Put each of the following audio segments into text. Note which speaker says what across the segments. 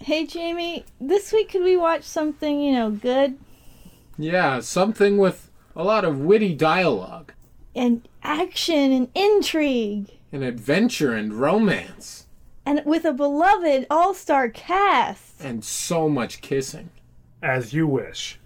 Speaker 1: Hey Jamie, this week could we watch something, you know, good
Speaker 2: Yeah, something with a lot of witty dialogue,
Speaker 1: and action and intrigue
Speaker 2: and adventure and romance,
Speaker 1: and with a beloved all-star cast.
Speaker 2: and so much kissing.
Speaker 3: As you wish.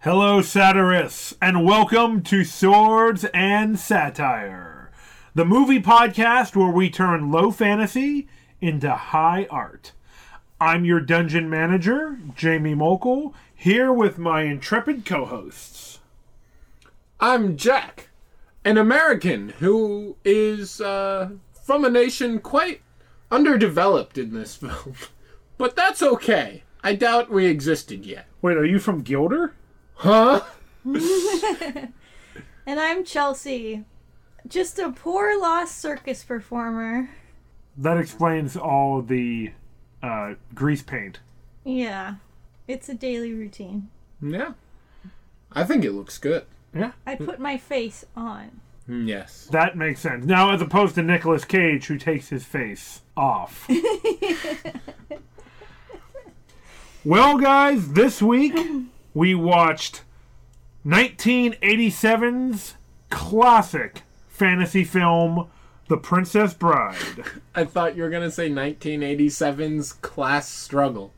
Speaker 3: Hello, satirists, and welcome to Swords and Satire, the movie podcast where we turn low fantasy into high art. I'm your dungeon manager, Jamie Mokel, here with my intrepid co hosts.
Speaker 2: I'm Jack, an American who is uh, from a nation quite underdeveloped in this film. but that's okay. I doubt we existed yet.
Speaker 3: Wait, are you from Gilder?
Speaker 2: Huh?
Speaker 1: And I'm Chelsea, just a poor lost circus performer.
Speaker 3: That explains all the uh, grease paint.
Speaker 1: Yeah. It's a daily routine.
Speaker 2: Yeah. I think it looks good.
Speaker 3: Yeah.
Speaker 1: I put my face on.
Speaker 2: Yes.
Speaker 3: That makes sense. Now, as opposed to Nicolas Cage, who takes his face off. well, guys, this week we watched 1987's classic fantasy film, The Princess Bride.
Speaker 2: I thought you were going to say 1987's class struggle.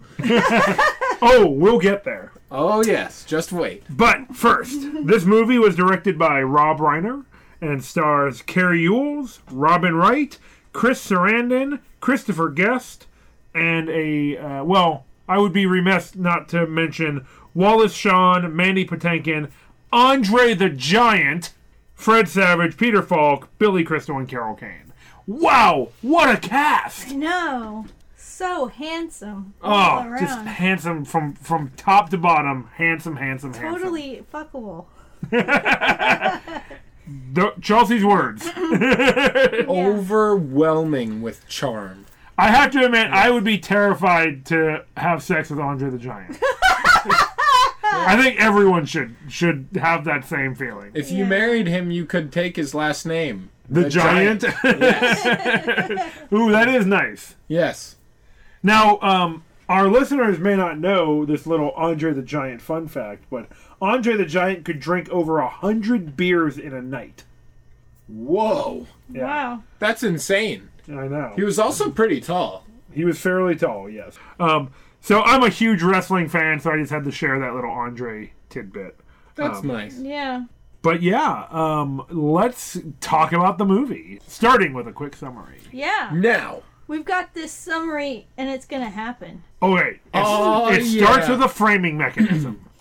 Speaker 3: oh, we'll get there.
Speaker 2: Oh, yes. Just wait.
Speaker 3: But first, this movie was directed by Rob Reiner and stars Carrie Ewells, Robin Wright, Chris Sarandon, Christopher Guest, and a uh, well, I would be remiss not to mention Wallace Shawn, Mandy Patinkin, Andre the Giant, Fred Savage, Peter Falk, Billy Crystal, and Carol Kane. Wow, what a cast!
Speaker 1: No. So handsome. All
Speaker 3: Oh, just
Speaker 1: around.
Speaker 3: handsome from from top to bottom, handsome, handsome, handsome.
Speaker 1: totally fuckable.
Speaker 3: Th- Chelsea's words.
Speaker 2: Overwhelming with charm.
Speaker 3: I have to admit, I would be terrified to have sex with Andre the Giant. I think everyone should should have that same feeling.
Speaker 2: If you married him, you could take his last name.
Speaker 3: The, Giant.
Speaker 2: yes.
Speaker 3: Ooh, that is nice.
Speaker 2: Yes.
Speaker 3: Now, um, our listeners may not know this little Andre the Giant fun fact, but Andre the Giant could drink over a hundred beers in a night.
Speaker 2: Whoa.
Speaker 3: Yeah.
Speaker 1: Wow.
Speaker 2: That's insane.
Speaker 3: I know.
Speaker 2: He was also pretty tall.
Speaker 3: He was fairly tall, yes. Um, so I'm a huge wrestling fan, so I just had to share that little Andre tidbit.
Speaker 2: That's
Speaker 1: Um,
Speaker 2: nice.
Speaker 1: Yeah.
Speaker 3: But yeah, um, let's talk about the movie, starting with a quick summary.
Speaker 1: Yeah.
Speaker 2: Now.
Speaker 1: We've got this summary and it's going to happen.
Speaker 3: Oh wait, it's,
Speaker 2: Oh,
Speaker 3: it starts
Speaker 2: yeah.
Speaker 3: with a framing mechanism.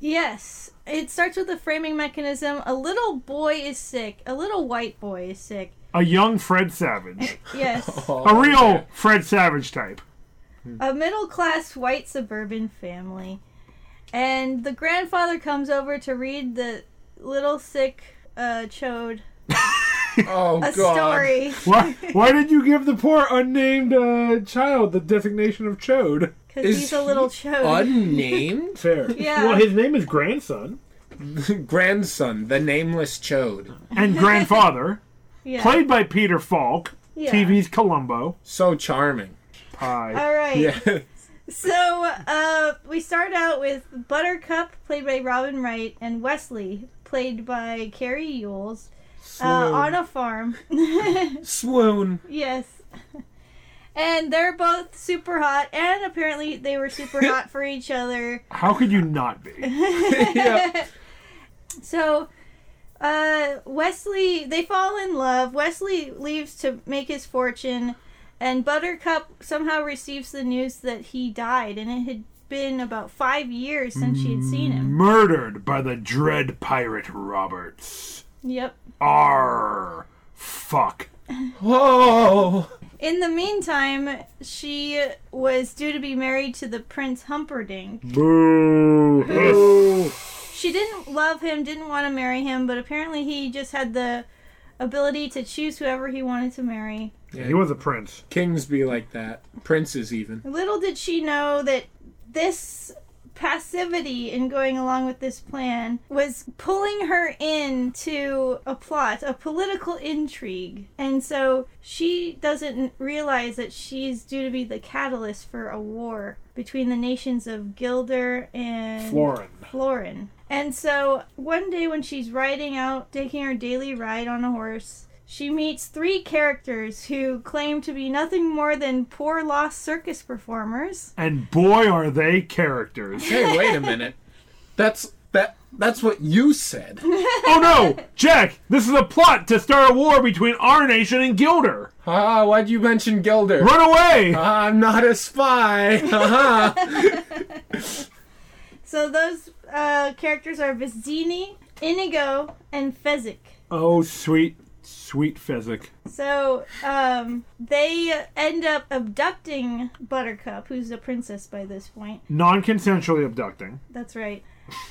Speaker 1: Yes. It starts with a framing mechanism. A little boy is sick. A little white boy is sick.
Speaker 3: a young Fred Savage,
Speaker 1: Yes.
Speaker 2: Oh,
Speaker 3: a real Fred Savage type.
Speaker 1: a middle class white suburban family. And the grandfather comes over to read the little sick uh, chode
Speaker 2: Oh,
Speaker 1: a
Speaker 2: God.
Speaker 1: story.
Speaker 3: Why? Why did you give the poor unnamed uh, child the designation of chode?
Speaker 1: Because
Speaker 2: Is
Speaker 1: he's a little
Speaker 2: he
Speaker 1: chode.
Speaker 2: Unnamed?
Speaker 3: Fair.
Speaker 1: Yeah.
Speaker 3: Well, his name is grandson
Speaker 2: Grandson, the nameless Chode.
Speaker 3: and grandfather,
Speaker 1: yeah.
Speaker 3: played by Peter Falk,
Speaker 1: Yeah.
Speaker 3: TV's Columbo.
Speaker 2: So charming.
Speaker 3: Pie.
Speaker 1: All right.
Speaker 2: Yeah.
Speaker 1: So uh, we start out with Buttercup, played by Robin Wright, and Wesley, played by Carrie Yules, uh, on a farm.
Speaker 2: Swoon.
Speaker 1: Yes. And they're both super hot, and apparently they were super hot for each other.
Speaker 3: How could you not be?
Speaker 2: yeah.
Speaker 1: So, uh, Wesley, they fall in love. Wesley leaves to make his fortune, and Buttercup somehow receives the news that he died, and it had been about five years since she had seen him.
Speaker 3: Murdered by the dread pirate Roberts.
Speaker 1: Yep.
Speaker 3: R fuck.
Speaker 2: Whoa.
Speaker 1: In the meantime, she was due to be married to the Prince Humperdinck.
Speaker 3: Boo.
Speaker 2: Ooh.
Speaker 1: She didn't love him, didn't want to marry him, but apparently he just had the ability to choose whoever he wanted to marry.
Speaker 3: Yeah, he was a prince.
Speaker 2: Kings be like that. Princes even.
Speaker 1: Little did she know that this passivity in going along with this plan was pulling her into a plot, a political intrigue. And so she doesn't realize that she's due to be the catalyst for a war between the nations of Gilder and
Speaker 3: Florin.
Speaker 1: Florin. And so one day when she's riding out, taking her daily ride on a horse, she meets three characters who claim to be nothing more than poor lost circus performers.
Speaker 3: And boy, are they characters.
Speaker 2: Hey, wait a minute. That's that. That's what you said.
Speaker 3: oh no! Jack, this is a plot to start a war between our nation and Gilder.
Speaker 2: Ah, why'd you mention Gilder?
Speaker 3: Run away!
Speaker 2: I'm not a spy.
Speaker 3: Uh-huh.
Speaker 2: Haha.
Speaker 1: So those uh, characters are Vizzini, Inigo, and Fezzik.
Speaker 3: Oh, sweet, sweet Fezzik.
Speaker 1: So um, they end up abducting Buttercup, who's a princess by this point.
Speaker 3: Non consensually abducting.
Speaker 1: That's right.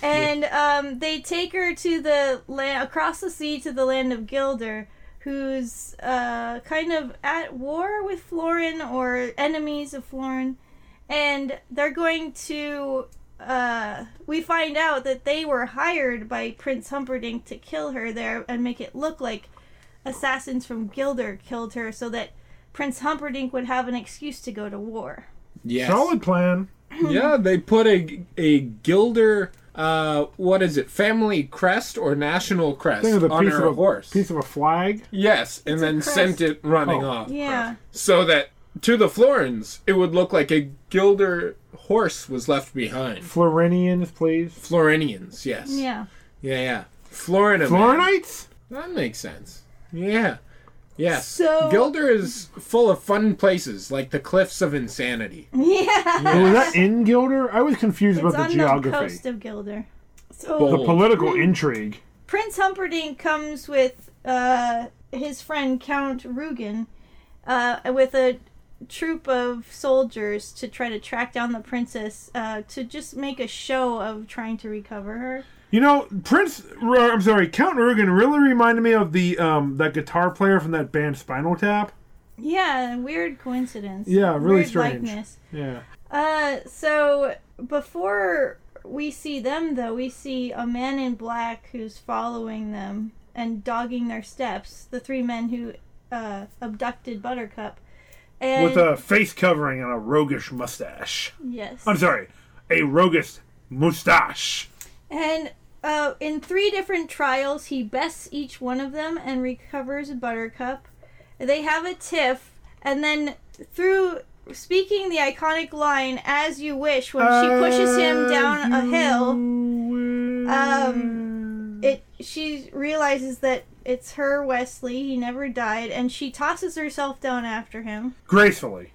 Speaker 1: And um, they take her to the land across the sea to the land of Gilder, who's uh, kind of at war with Florin or enemies of Florin, and they're going to. Uh, we find out that they were hired by Prince Humperdinck to kill her there and make it look like assassins from Gilder killed her, so that Prince Humperdinck would have an excuse to go to war.
Speaker 2: yes.
Speaker 3: Solid plan.
Speaker 2: Yeah, they put a a Gilder. Uh, what is it? Family crest or national crest
Speaker 3: Think of the
Speaker 2: on
Speaker 3: piece
Speaker 2: her
Speaker 3: of a
Speaker 2: horse?
Speaker 3: Piece of a flag.
Speaker 2: Yes, and then
Speaker 1: crest.
Speaker 2: sent it running
Speaker 3: Oh.
Speaker 2: off.
Speaker 1: Yeah.
Speaker 2: So that to the Florins, it would look like a Gilder horse was left behind.
Speaker 3: Florinians, please.
Speaker 2: Florinians, yes.
Speaker 1: Yeah.
Speaker 2: Yeah, yeah. Florinum.
Speaker 3: Florinites?
Speaker 2: That makes sense. Yeah. Yes.
Speaker 1: So-
Speaker 2: Gilder is full of fun places like the Cliffs of Insanity.
Speaker 1: Yeah.
Speaker 3: Was that in Gilder? I was confused
Speaker 1: It's
Speaker 3: about
Speaker 1: on
Speaker 3: the
Speaker 1: the
Speaker 3: geography.
Speaker 1: coast of Gilder. So
Speaker 2: Bold.
Speaker 3: the political intrigue.
Speaker 1: Prince Humperdinck comes with uh, his friend Count Rugen uh, with a troop of soldiers to try to track down the princess uh, to just make a show of trying to recover her.
Speaker 3: You know, Prince, or, I'm sorry, Count Rugen really reminded me of the um that guitar player from that band Spinal Tap.
Speaker 1: Yeah, weird coincidence.
Speaker 3: Yeah, really
Speaker 1: Weird
Speaker 3: strange.
Speaker 1: likeness.
Speaker 3: Yeah.
Speaker 1: Uh, so before we see them, though, we see a man in black who's following them and dogging their steps. The three men who uh, abducted Buttercup. And
Speaker 3: With a face covering and a roguish mustache.
Speaker 1: yes,
Speaker 3: I'm sorry, a roguish mustache.
Speaker 1: and uh, in three different trials, he bests each one of them and recovers Buttercup. They have a tiff, and then through speaking the iconic line "As you wish," when she pushes him down a hill. Uh, Um, it she realizes that it's her Wesley, he never died, and she tosses herself down after him.
Speaker 3: Gracefully.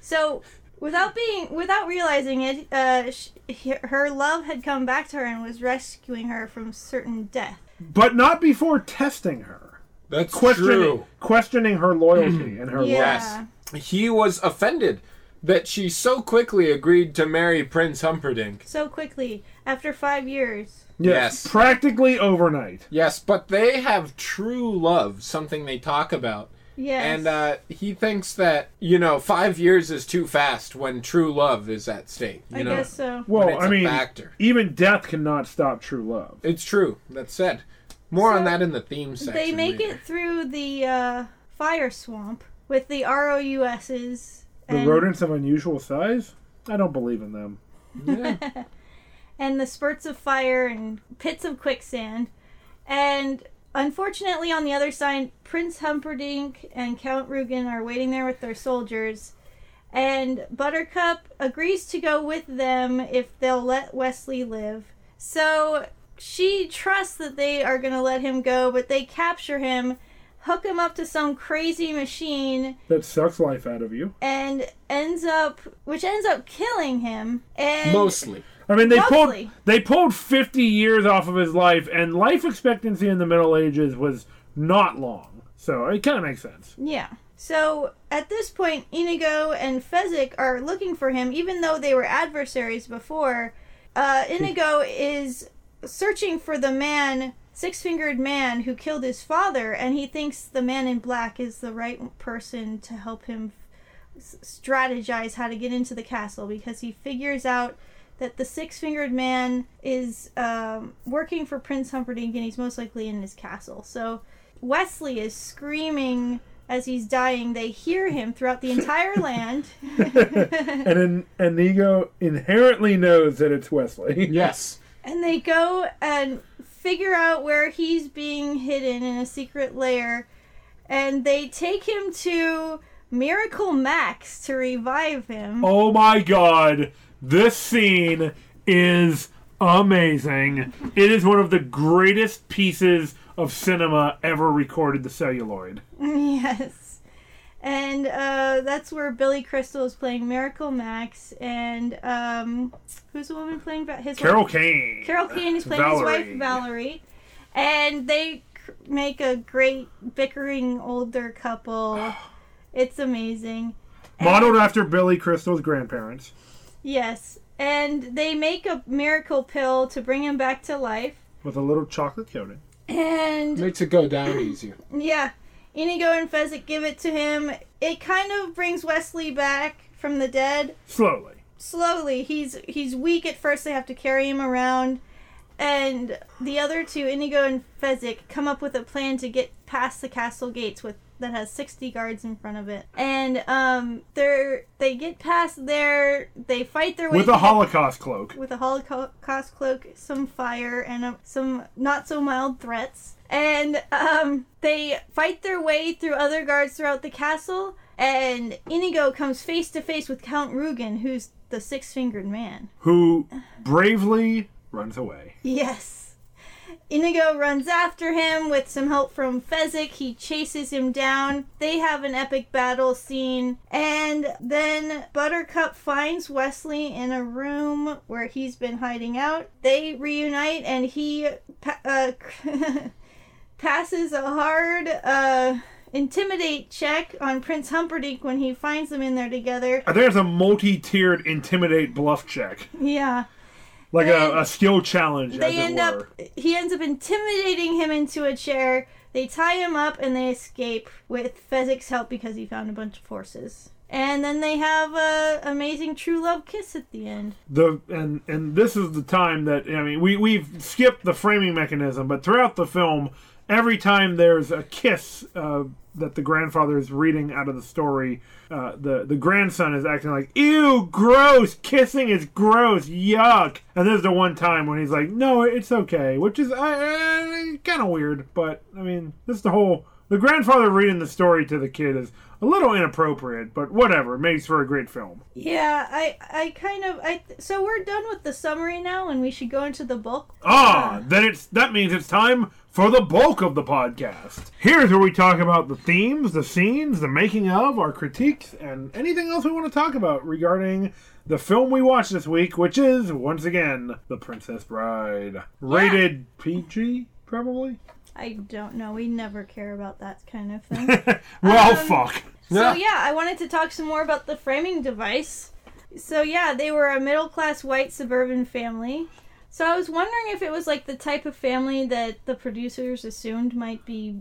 Speaker 1: So without being without realizing it, uh, sh he- her love had come back to her and was rescuing her from certain death.
Speaker 3: But not before testing her.
Speaker 2: That's
Speaker 3: Questioning, questioning her loyalty and her love.
Speaker 1: Yeah.
Speaker 2: He was offended that she so quickly agreed to marry Prince Humperdinck.
Speaker 1: So quickly after five years.
Speaker 2: Yes.
Speaker 3: Practically overnight.
Speaker 2: Yes, but they have true love, something they talk about.
Speaker 1: Yes.
Speaker 2: And uh, he thinks that, you know, five years is too fast when true love is at stake. You
Speaker 1: I
Speaker 2: know?
Speaker 1: guess so.
Speaker 3: Well,
Speaker 2: it's
Speaker 3: I
Speaker 2: a
Speaker 3: mean,
Speaker 2: factor.
Speaker 3: even death cannot stop true love.
Speaker 2: It's true. That's said. More on
Speaker 1: So,
Speaker 2: that in the theme section.
Speaker 1: They make
Speaker 2: later.
Speaker 1: it through the uh, fire swamp with the ROUSs.
Speaker 3: The
Speaker 1: and-
Speaker 3: rodents of unusual size? I don't believe in them.
Speaker 2: Yeah.
Speaker 1: and the spurts of fire and pits of quicksand. And unfortunately, on the other side, Prince Humperdinck and Count Rugen are waiting there with their soldiers. And Buttercup agrees to go with them if they'll let Wesley live. So she trusts that they are going to let him go, but they capture him, hook him up to some crazy machine,
Speaker 3: That sucks life out of you.
Speaker 1: and ends up which ends up killing him and
Speaker 2: Mostly.
Speaker 3: I mean, they
Speaker 1: Roughly.
Speaker 3: pulled they pulled 50 years off of his life, and life expectancy in the Middle Ages was not long. So it kind of makes sense.
Speaker 1: yeah So at this point, Inigo and Fezzik are looking for him, even though they were adversaries before. Uh, Inigo is searching for the man, six fingered man, who killed his father, and he thinks the man in black is the right person to help him s- strategize how to get into the castle because he figures out that the six fingered man is um, working for Prince Humperdinck and he's most likely in his castle. So Wesley is screaming as he's dying. They hear him throughout the entire land.
Speaker 3: And then Inigo inherently knows that it's Wesley.
Speaker 2: Yes.
Speaker 1: And they go and figure out where he's being hidden in a secret lair. And they take him to Miracle Max to revive him.
Speaker 3: Oh my god, this scene is amazing. It is one of the greatest pieces of cinema ever recorded to celluloid.
Speaker 1: Yes. And uh, that's where Billy Crystal is playing Miracle Max. And um, who's the woman playing va- his
Speaker 3: Carol
Speaker 1: wife?
Speaker 3: Kane.
Speaker 1: Carol Kane is playing his
Speaker 3: Valerie.
Speaker 1: wife, Valerie. And they cr- make a great bickering older couple. it's amazing.
Speaker 3: Modeled after Billy Crystal's grandparents.
Speaker 1: Yes, and they make a miracle pill to bring him back to life.
Speaker 3: With a little chocolate coating.
Speaker 1: And
Speaker 2: Makes it go down easier.
Speaker 1: yeah, Inigo and Fezzik give it to him. It kind of brings Wesley back from the dead.
Speaker 3: Slowly.
Speaker 1: Slowly, he's he's weak at first. They have to carry him around, and the other two, Inigo and Fezzik, come up with a plan to get past the castle gates with that has sixty guards in front of it. And um, they're they get past there. They fight their way
Speaker 3: With
Speaker 1: to
Speaker 3: a
Speaker 1: get-
Speaker 3: Holocaust cloak.
Speaker 1: with a Holocaust cloak, some fire, and um some not so mild threats. And um, they fight their way through other guards throughout the castle. And Inigo comes face to face with Count Rugen, who's the six fingered man.
Speaker 3: Who bravely runs away.
Speaker 1: Yes. Inigo runs after him with some help from Fezzik. He chases him down. They have an epic battle scene. And then Buttercup finds Wesley in a room where he's been hiding out. They reunite and he pa- uh, passes a hard uh, intimidate check on Prince Humperdinck when he finds them in there together.
Speaker 3: There's a multi tiered intimidate bluff check.
Speaker 1: Yeah.
Speaker 3: Like
Speaker 1: And
Speaker 3: a, a skill challenge, as
Speaker 1: they
Speaker 3: it
Speaker 1: end
Speaker 3: were.
Speaker 1: up he ends up intimidating him into a chair they tie him up and they escape with fezzik's help because he found a bunch of horses and then they have a amazing true love kiss at the end
Speaker 3: the and and this is the time that I mean we we've skipped the framing mechanism, but throughout the film, every time there's a kiss uh, that the grandfather is reading out of the story, uh, the the grandson is acting like ew, gross, kissing is gross, yuck. And there's the one time when he's like, no, it's okay, which is uh, uh, kind of weird, but I mean, this is the whole the grandfather reading the story to the kid is a little inappropriate, but whatever, it makes for a great film.
Speaker 1: yeah i i kind of i so we're done with the summary now and we should go into the bulk
Speaker 3: Ah, then it's that means it's time for the bulk of the podcast. Here's where we talk about the themes, the scenes, the making of, our critiques, and anything else we want to talk about regarding the film we watched this week, which is once again The Princess Bride, rated PG probably.
Speaker 1: i don't know we never care about that kind of thing
Speaker 3: well,
Speaker 1: Um,
Speaker 3: fuck.
Speaker 1: So yeah, I wanted to talk some more about the framing device. So yeah, they were a middle-class white suburban family. So I was wondering if it was like the type of family that the producers assumed might be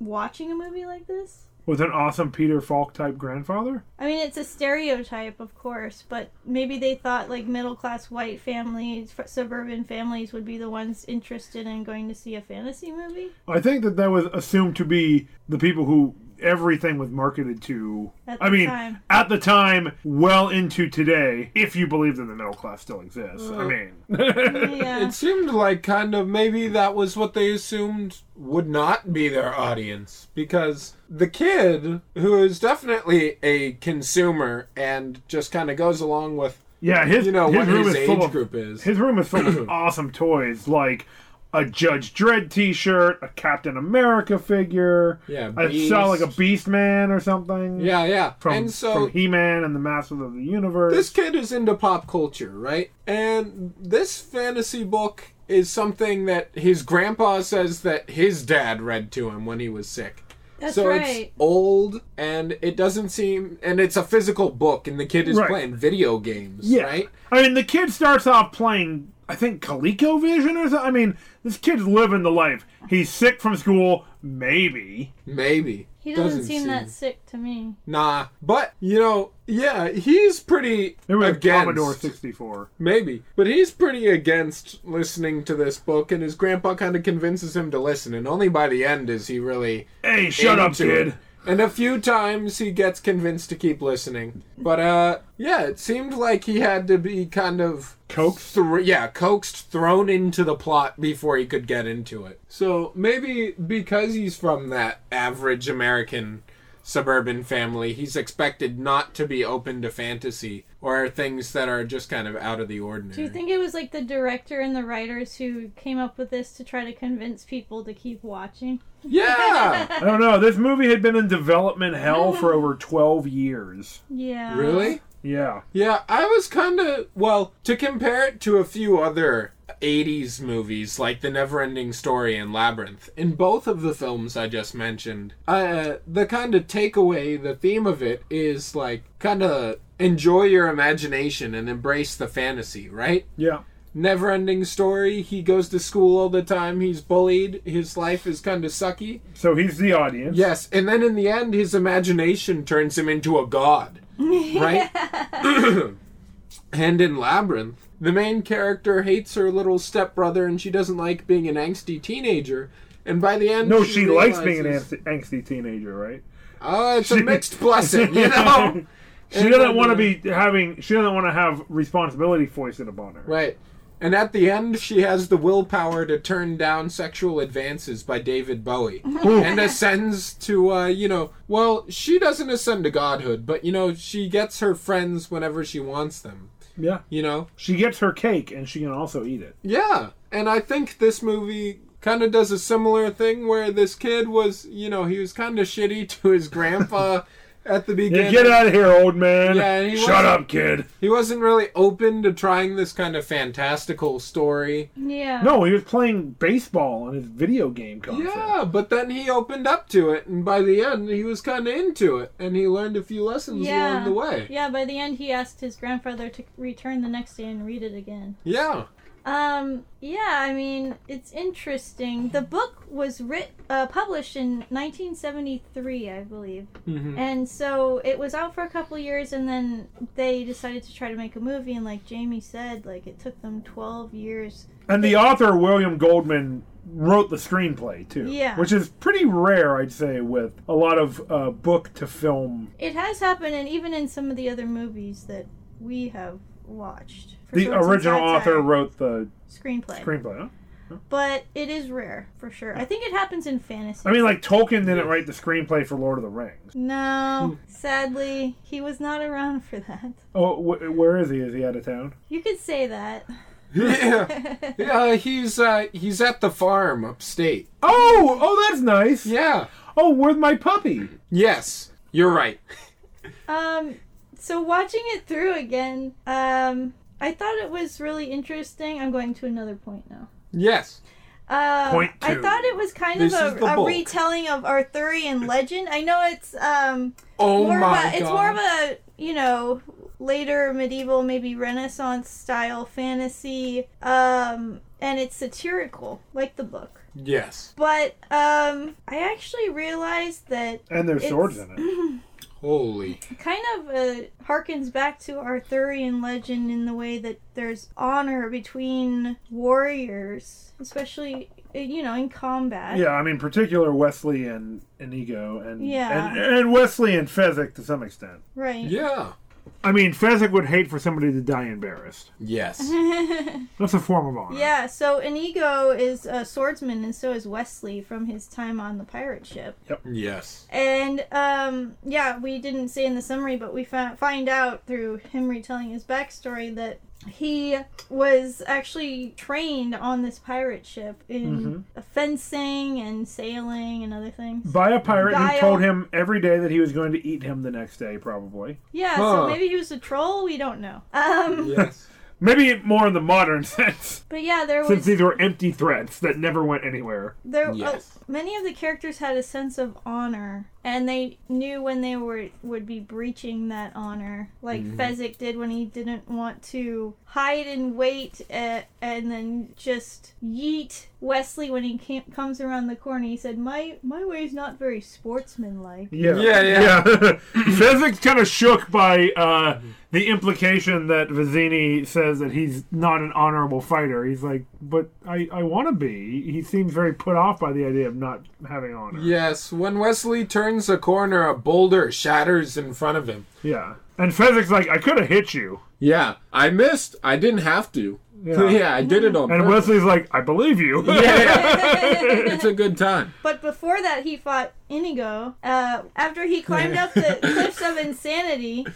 Speaker 1: watching a movie like this.
Speaker 3: With an awesome Peter Falk type grandfather.
Speaker 1: I mean, it's a stereotype, of course, but maybe they thought like middle-class white families, f- suburban families would be the ones interested in going to see a fantasy movie
Speaker 3: I think that that was assumed to be the people who everything was marketed to.
Speaker 1: at the
Speaker 3: I mean,
Speaker 1: time.
Speaker 3: at the time, well into today, if you believe that the middle class still exists. I mean,
Speaker 1: Yeah.
Speaker 2: It seemed like kind of maybe that was what they assumed would not be their audience because the kid who is definitely a consumer and just kind of goes along with
Speaker 3: yeah, his
Speaker 2: you know
Speaker 3: his
Speaker 2: what
Speaker 3: room
Speaker 2: his
Speaker 3: is
Speaker 2: age
Speaker 3: full of
Speaker 2: group is.
Speaker 3: his room is full of awesome toys like a Judge Dredd T-shirt, a Captain America figure.
Speaker 2: Yeah,
Speaker 3: I saw like a
Speaker 2: Beast.
Speaker 3: Beast Man or something.
Speaker 2: yeah, yeah.
Speaker 3: from
Speaker 2: and so
Speaker 3: from He-Man and the Masters of the Universe.
Speaker 2: this kid is into pop culture, right? And this fantasy book is something that his grandpa says that his dad read to him when he was sick.
Speaker 1: That's
Speaker 2: so
Speaker 1: right.
Speaker 2: it's old and it doesn't seem and it's a physical book and the kid is
Speaker 3: Right.
Speaker 2: playing video games,
Speaker 3: Yeah.
Speaker 2: right?
Speaker 3: I mean, the kid starts off playing, I think, ColecoVision or something. I mean, this kid's living the life. He's sick from school, maybe.
Speaker 2: Maybe.
Speaker 1: He doesn't, seem, that sick to me.
Speaker 2: Nah, but you know, yeah, he's pretty
Speaker 3: It was
Speaker 2: against
Speaker 3: Commodore 64.
Speaker 2: maybe, but he's pretty against listening to this book, and his grandpa kind of convinces him to listen, and only by the end is he really
Speaker 3: Hey, shut up,
Speaker 2: into
Speaker 3: kid.
Speaker 2: it. And a few times he gets convinced to keep listening, but uh, yeah, it seemed like he had to be kind of
Speaker 3: Coaxed?
Speaker 2: thr- yeah, coaxed, thrown into the plot before he could get into it. So maybe because he's from that average American suburban family, he's expected not to be open to fantasy or things that are just kind of out of the ordinary.
Speaker 1: Do you think it was like the director and the writers who came up with this to try to convince people to keep watching?
Speaker 2: yeah,
Speaker 3: I don't know. This movie had been in development hell for over 12 years.
Speaker 1: Yeah.
Speaker 2: really.
Speaker 3: Yeah.
Speaker 2: Yeah, I was kind of well to compare it to a few other '80s movies like The Neverending Story and Labyrinth. In both of the films I just mentioned, uh, the kind of takeaway, the theme of it is like kind of enjoy your imagination and embrace the fantasy, right?
Speaker 3: Yeah.
Speaker 2: never ending story. He goes to school all the time. He's bullied. His life is kind of sucky.
Speaker 3: So he's the audience.
Speaker 2: Yes, and then in the end, his imagination turns him into a god, right? and in Labyrinth, the main character hates her little stepbrother and she doesn't like being an angsty teenager. And by the end,
Speaker 3: No, she, likes being an
Speaker 2: realizes,
Speaker 3: angsty, angsty teenager, right?
Speaker 2: Oh, it's a mixed blessing, you know?
Speaker 3: She doesn't want to be having. She doesn't want to have responsibility foisted upon her.
Speaker 2: Right. And at the end, she has the willpower to turn down sexual advances by David Bowie and ascends to, uh, you know, well, she doesn't ascend to godhood, but, you know, she gets her friends whenever she wants them,
Speaker 3: Yeah.
Speaker 2: you know?
Speaker 3: She gets her cake and she can also eat it.
Speaker 2: Yeah. And I think this movie kind of does a similar thing where this kid was, you know, he was kind of shitty to his grandpa at the
Speaker 3: Yeah,
Speaker 2: beginning.
Speaker 3: get out of here, old man.
Speaker 2: Yeah, and he
Speaker 3: Shut
Speaker 2: wasn't-
Speaker 3: up, kid.
Speaker 2: He wasn't really open to trying this kind of fantastical story.
Speaker 1: Yeah.
Speaker 3: No, he was playing baseball on his video game console.
Speaker 2: Yeah, but then he opened up to it, and by the end, he was kind of into it, and he learned a few lessons
Speaker 1: Yeah.
Speaker 2: along the way.
Speaker 1: Yeah, by the end, he asked his grandfather to return the next day and read it again.
Speaker 2: Yeah,
Speaker 1: Um, yeah, I mean, it's interesting. The book was writ- uh, published in 1973, I believe.
Speaker 2: Mhm.
Speaker 1: And so it was out for a couple years, and then they decided to try to make a movie. And like Jamie said, like it took them 12 years.
Speaker 3: And the author, William Goldman, wrote the screenplay, too.
Speaker 1: Yeah.
Speaker 3: Which is pretty rare, I'd say, with a lot of uh, book to film.
Speaker 1: It has happened, and even in some of the other movies that we have watched. For
Speaker 3: The
Speaker 1: sure, it's
Speaker 3: original
Speaker 1: a
Speaker 3: author
Speaker 1: satire
Speaker 3: wrote the
Speaker 1: screenplay,
Speaker 3: screenplay. Huh?
Speaker 1: but it is rare for sure. I think it happens in fantasy.
Speaker 3: I mean, like, Tolkien didn't write the screenplay for Lord of the Rings.
Speaker 1: No,
Speaker 3: hmm.
Speaker 1: sadly, he was not around for that.
Speaker 3: Oh, wh- where is he? Is he out of town?
Speaker 1: You could say that.
Speaker 2: yeah. Yeah, he's uh, he's at the farm upstate.
Speaker 3: Oh, oh, that's nice.
Speaker 2: Yeah.
Speaker 3: Oh, where's my puppy?
Speaker 2: Yes, you're right.
Speaker 1: Um, so watching it through again, um, I thought it was really interesting. I'm going to another point now.
Speaker 2: Yes.
Speaker 1: Um,
Speaker 3: Point
Speaker 1: I
Speaker 3: two.
Speaker 1: thought it was kind
Speaker 2: This is
Speaker 1: of
Speaker 2: the
Speaker 1: a, a
Speaker 2: bulk.
Speaker 1: retelling of Arthurian legend. I know it's um
Speaker 2: Oh
Speaker 1: more
Speaker 2: my
Speaker 1: of a,
Speaker 2: god.
Speaker 1: it's more of a you know later medieval maybe Renaissance style fantasy, um, and it's satirical like the book.
Speaker 2: yes.
Speaker 1: But um, I actually realized that
Speaker 3: And there's
Speaker 1: It's-
Speaker 3: swords in it.
Speaker 2: Holy.
Speaker 1: kind of uh, harkens back to Arthurian legend in the way that there's honor between warriors, especially uh, you know in combat.
Speaker 3: Yeah, I mean, particular Wesley and Inigo and
Speaker 1: Yeah.
Speaker 3: and, and Wesley and Fezzik to some extent.
Speaker 1: Right.
Speaker 2: Yeah.
Speaker 3: I mean, Fezzik would hate for somebody to die embarrassed.
Speaker 2: Yes.
Speaker 1: Mm-hmm.
Speaker 3: That's a form of honor.
Speaker 1: yeah. So Inigo is a swordsman, and so is Wesley from his time on the pirate ship.
Speaker 2: yes.
Speaker 1: And um, yeah, we didn't say in the summary, but we fi- find out through him retelling his backstory that he was actually trained on this pirate ship in fencing and sailing and other things.
Speaker 3: By a pirate who
Speaker 1: Guile.
Speaker 3: told him every day that he was going to eat him the next day, probably.
Speaker 1: Yeah,
Speaker 2: Huh.
Speaker 1: so maybe he was a troll. We don't know. Um,
Speaker 2: Yes.
Speaker 3: Maybe more in the modern sense,
Speaker 1: But yeah, there
Speaker 3: since
Speaker 1: was
Speaker 3: these were empty threats that never went anywhere.
Speaker 1: there
Speaker 2: Yes.
Speaker 1: oh, many of the characters had a sense of honor, and they knew when they were would be breaching that honor, like
Speaker 2: Mm-hmm.
Speaker 1: Fezzik did when he didn't want to hide and wait, uh and then just yeet Wesley when he came, comes around the corner. He said, "My my way's not very sportsmanlike."
Speaker 3: Yeah,
Speaker 2: Yeah, yeah.
Speaker 3: Fezzik's kind of shook by uh, the implication that Vizzini says that he's not an honorable fighter. He's like, but I, I want to be. He seems very put off by the idea of not having honor.
Speaker 2: Yes, when Wesley turns a corner, a boulder shatters in front of him.
Speaker 3: Yeah. And Fezzik's like, I could have hit you.
Speaker 2: Yeah, I missed. I didn't have to.
Speaker 3: Yeah.
Speaker 2: Yeah, I did it on
Speaker 3: And
Speaker 2: purpose.
Speaker 3: Wesley's like, I believe you.
Speaker 2: yeah, it's a good time.
Speaker 1: But before that, he fought Inigo. Uh, after he climbed up the cliffs of insanity,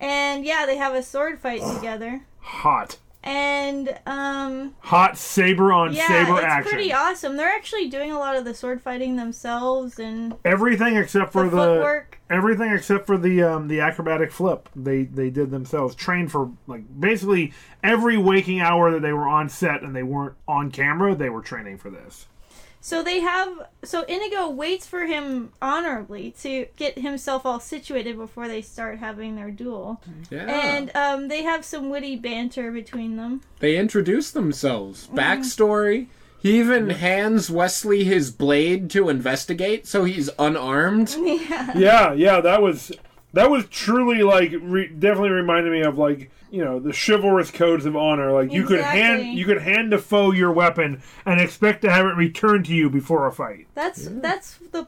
Speaker 1: and yeah, they have a sword fight together.
Speaker 3: Hot.
Speaker 1: And um,
Speaker 3: Hot saber on
Speaker 1: yeah,
Speaker 3: saber
Speaker 1: it's
Speaker 3: action.
Speaker 1: pretty awesome. They're actually doing a lot of the sword fighting themselves, and
Speaker 3: Everything except for
Speaker 1: The
Speaker 3: the,
Speaker 1: footwork.
Speaker 3: everything except for the um, the acrobatic flip they they did themselves. Trained for like basically every waking hour that they were on set and they weren't on camera, they were training for this.
Speaker 1: so they have. So Inigo waits for him honorably to get himself all situated before they start having their duel,
Speaker 2: Yeah.
Speaker 1: and um, they have some witty banter between them.
Speaker 2: they introduce themselves.
Speaker 1: Mm-hmm.
Speaker 2: Backstory. He even hands Wesley his blade to investigate, so he's unarmed.
Speaker 1: Yeah,
Speaker 3: Yeah, yeah, that was that was truly like re- definitely reminded me of like you know the chivalrous codes of honor. Like you could hand
Speaker 1: Exactly.
Speaker 3: you could hand a foe your weapon and expect to have it returned to you before a fight.
Speaker 1: that's that's the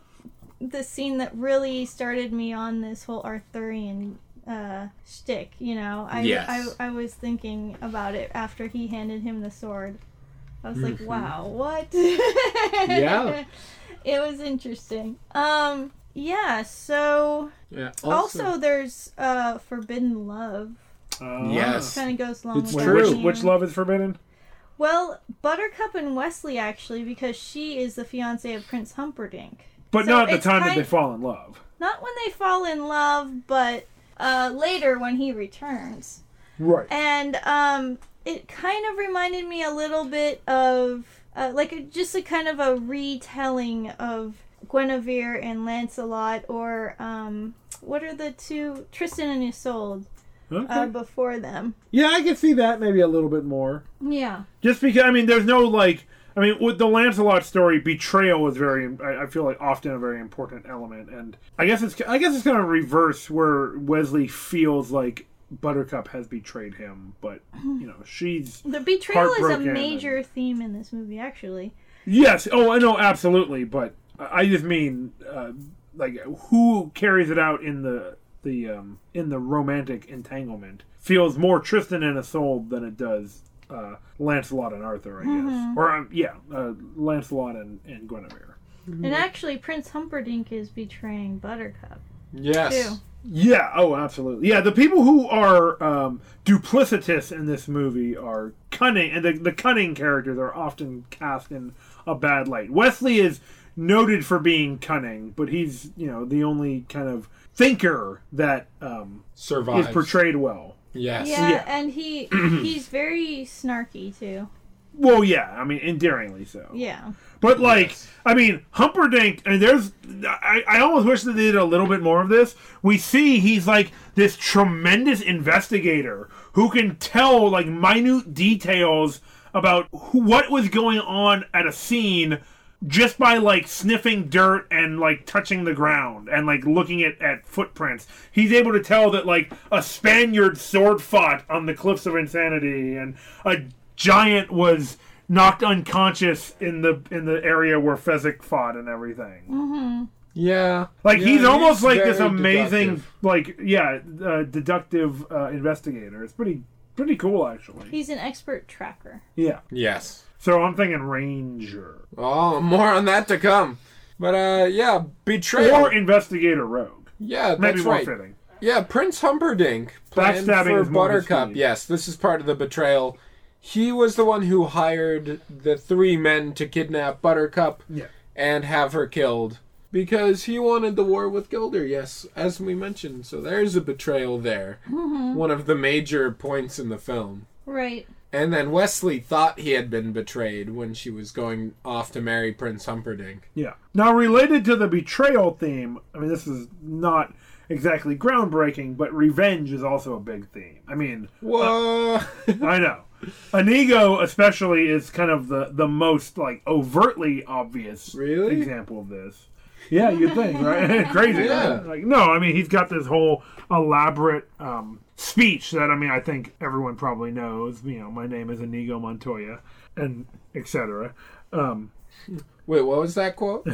Speaker 1: the scene that really started me on this whole Arthurian uh shtick. You know, I,
Speaker 2: Yes.
Speaker 1: I I was thinking about it after he handed him the sword. I was like, wow, what?
Speaker 2: Mm-hmm. Yeah.
Speaker 1: it was interesting. Um, yeah. So
Speaker 2: Yeah.
Speaker 1: Mm-hmm. also, there's uh forbidden love.
Speaker 3: Uh,
Speaker 2: Yes.
Speaker 1: Kind of goes along
Speaker 2: It's
Speaker 1: with
Speaker 3: Ah. Wait,
Speaker 1: that
Speaker 2: True.
Speaker 3: which,
Speaker 1: scene.
Speaker 3: which love is forbidden?
Speaker 1: Well, Buttercup and Wesley actually, because she is the fiance of Prince Humperdinck.
Speaker 3: But
Speaker 1: So
Speaker 3: not at the
Speaker 1: it's
Speaker 3: time that
Speaker 1: kind-
Speaker 3: they fall in love.
Speaker 1: Not when they fall in love, but uh, later when he returns.
Speaker 3: Right.
Speaker 1: And um, it kind of reminded me a little bit of, uh, like, a, just a kind of a retelling of Guinevere and Lancelot, or um, what are the two? Tristan and Isolde
Speaker 3: Okay.
Speaker 1: uh, before them.
Speaker 3: yeah, I can see that maybe a little bit more.
Speaker 1: Yeah.
Speaker 3: Just because, I mean, there's no like, I mean, with the Lancelot story, betrayal was very, I, I feel like often a very important element, and I guess it's, I guess it's kind of reverse where Wesley feels like Buttercup has betrayed him, but you know, she's
Speaker 1: The betrayal is a
Speaker 3: Heartbroken and-
Speaker 1: major theme in this movie, actually.
Speaker 3: yes, oh, I know, absolutely, but I I just mean, uh, like, who carries it out in the the um, in the romantic entanglement feels more Tristan and Isolde than it does. Uh, Lancelot and Arthur, I guess, or um, yeah, uh, Lancelot and, and Guinevere.
Speaker 1: And actually, Prince Humperdinck is betraying Buttercup.
Speaker 2: yes.
Speaker 1: True.
Speaker 3: Yeah. Oh, absolutely. Yeah, the people who are um, duplicitous in this movie are cunning, and the, the cunning characters are often cast in a bad light. Wesley is noted for being cunning, but he's you know the only kind of thinker that um, is
Speaker 2: Survives.
Speaker 3: portrayed well.
Speaker 2: yes.
Speaker 1: Yeah,
Speaker 3: Yeah.
Speaker 1: and he he's very snarky too.
Speaker 3: Well, yeah, I mean, endearingly so.
Speaker 1: Yeah.
Speaker 3: But like, I mean, Humperdinck, and there's, I, I almost wish that they did a little bit more of this. We see he's like this tremendous investigator who can tell like minute details about who, what was going on at a scene just by like sniffing dirt and like touching the ground and like looking at, at footprints he's able to tell that like a spaniard sword fought on the cliffs of insanity and a giant was knocked unconscious in the in the area where Fezzik fought and everything
Speaker 2: Yeah.
Speaker 3: like
Speaker 2: Yeah,
Speaker 3: he's almost like this
Speaker 2: very
Speaker 3: amazing
Speaker 2: deductive.
Speaker 3: like yeah uh, deductive uh, investigator it's pretty pretty cool actually
Speaker 1: He's an expert tracker.
Speaker 3: yeah
Speaker 2: Yes.
Speaker 3: so i'm thinking ranger
Speaker 2: Oh, more on that to come. But uh, yeah, betrayal.
Speaker 3: or investigator rogue
Speaker 2: yeah, that's
Speaker 3: maybe more
Speaker 2: right.
Speaker 3: fitting
Speaker 2: Yeah, Prince Humperdinck planned
Speaker 3: Backstabbing
Speaker 2: for
Speaker 3: is more his
Speaker 2: Buttercup.
Speaker 3: speed.
Speaker 2: Yes, this is part of the betrayal. He was the one who hired the three men to kidnap Buttercup
Speaker 3: yeah
Speaker 2: and have her killed because he wanted the war with Gilder, yes, as we mentioned. So there's a betrayal there. One of the major points in the film.
Speaker 1: Right.
Speaker 2: And then Wesley thought he had been betrayed when she was going off to marry Prince Humperdinck.
Speaker 3: Yeah. Now, related to the betrayal theme, I mean, this is not exactly groundbreaking, but revenge is also a big theme. I mean,
Speaker 2: Whoa!
Speaker 3: I know. Inigo, especially, is kind of the, the most like overtly obvious
Speaker 2: Really?
Speaker 3: example of this. Yeah, you'd think, right? Crazy. right?
Speaker 2: Yeah.
Speaker 3: Like, no, I mean, he's got this whole elaborate um, speech that I mean, I think everyone probably knows. You know, my name is Inigo Montoya, and etc. Um,
Speaker 2: Wait, what was that quote?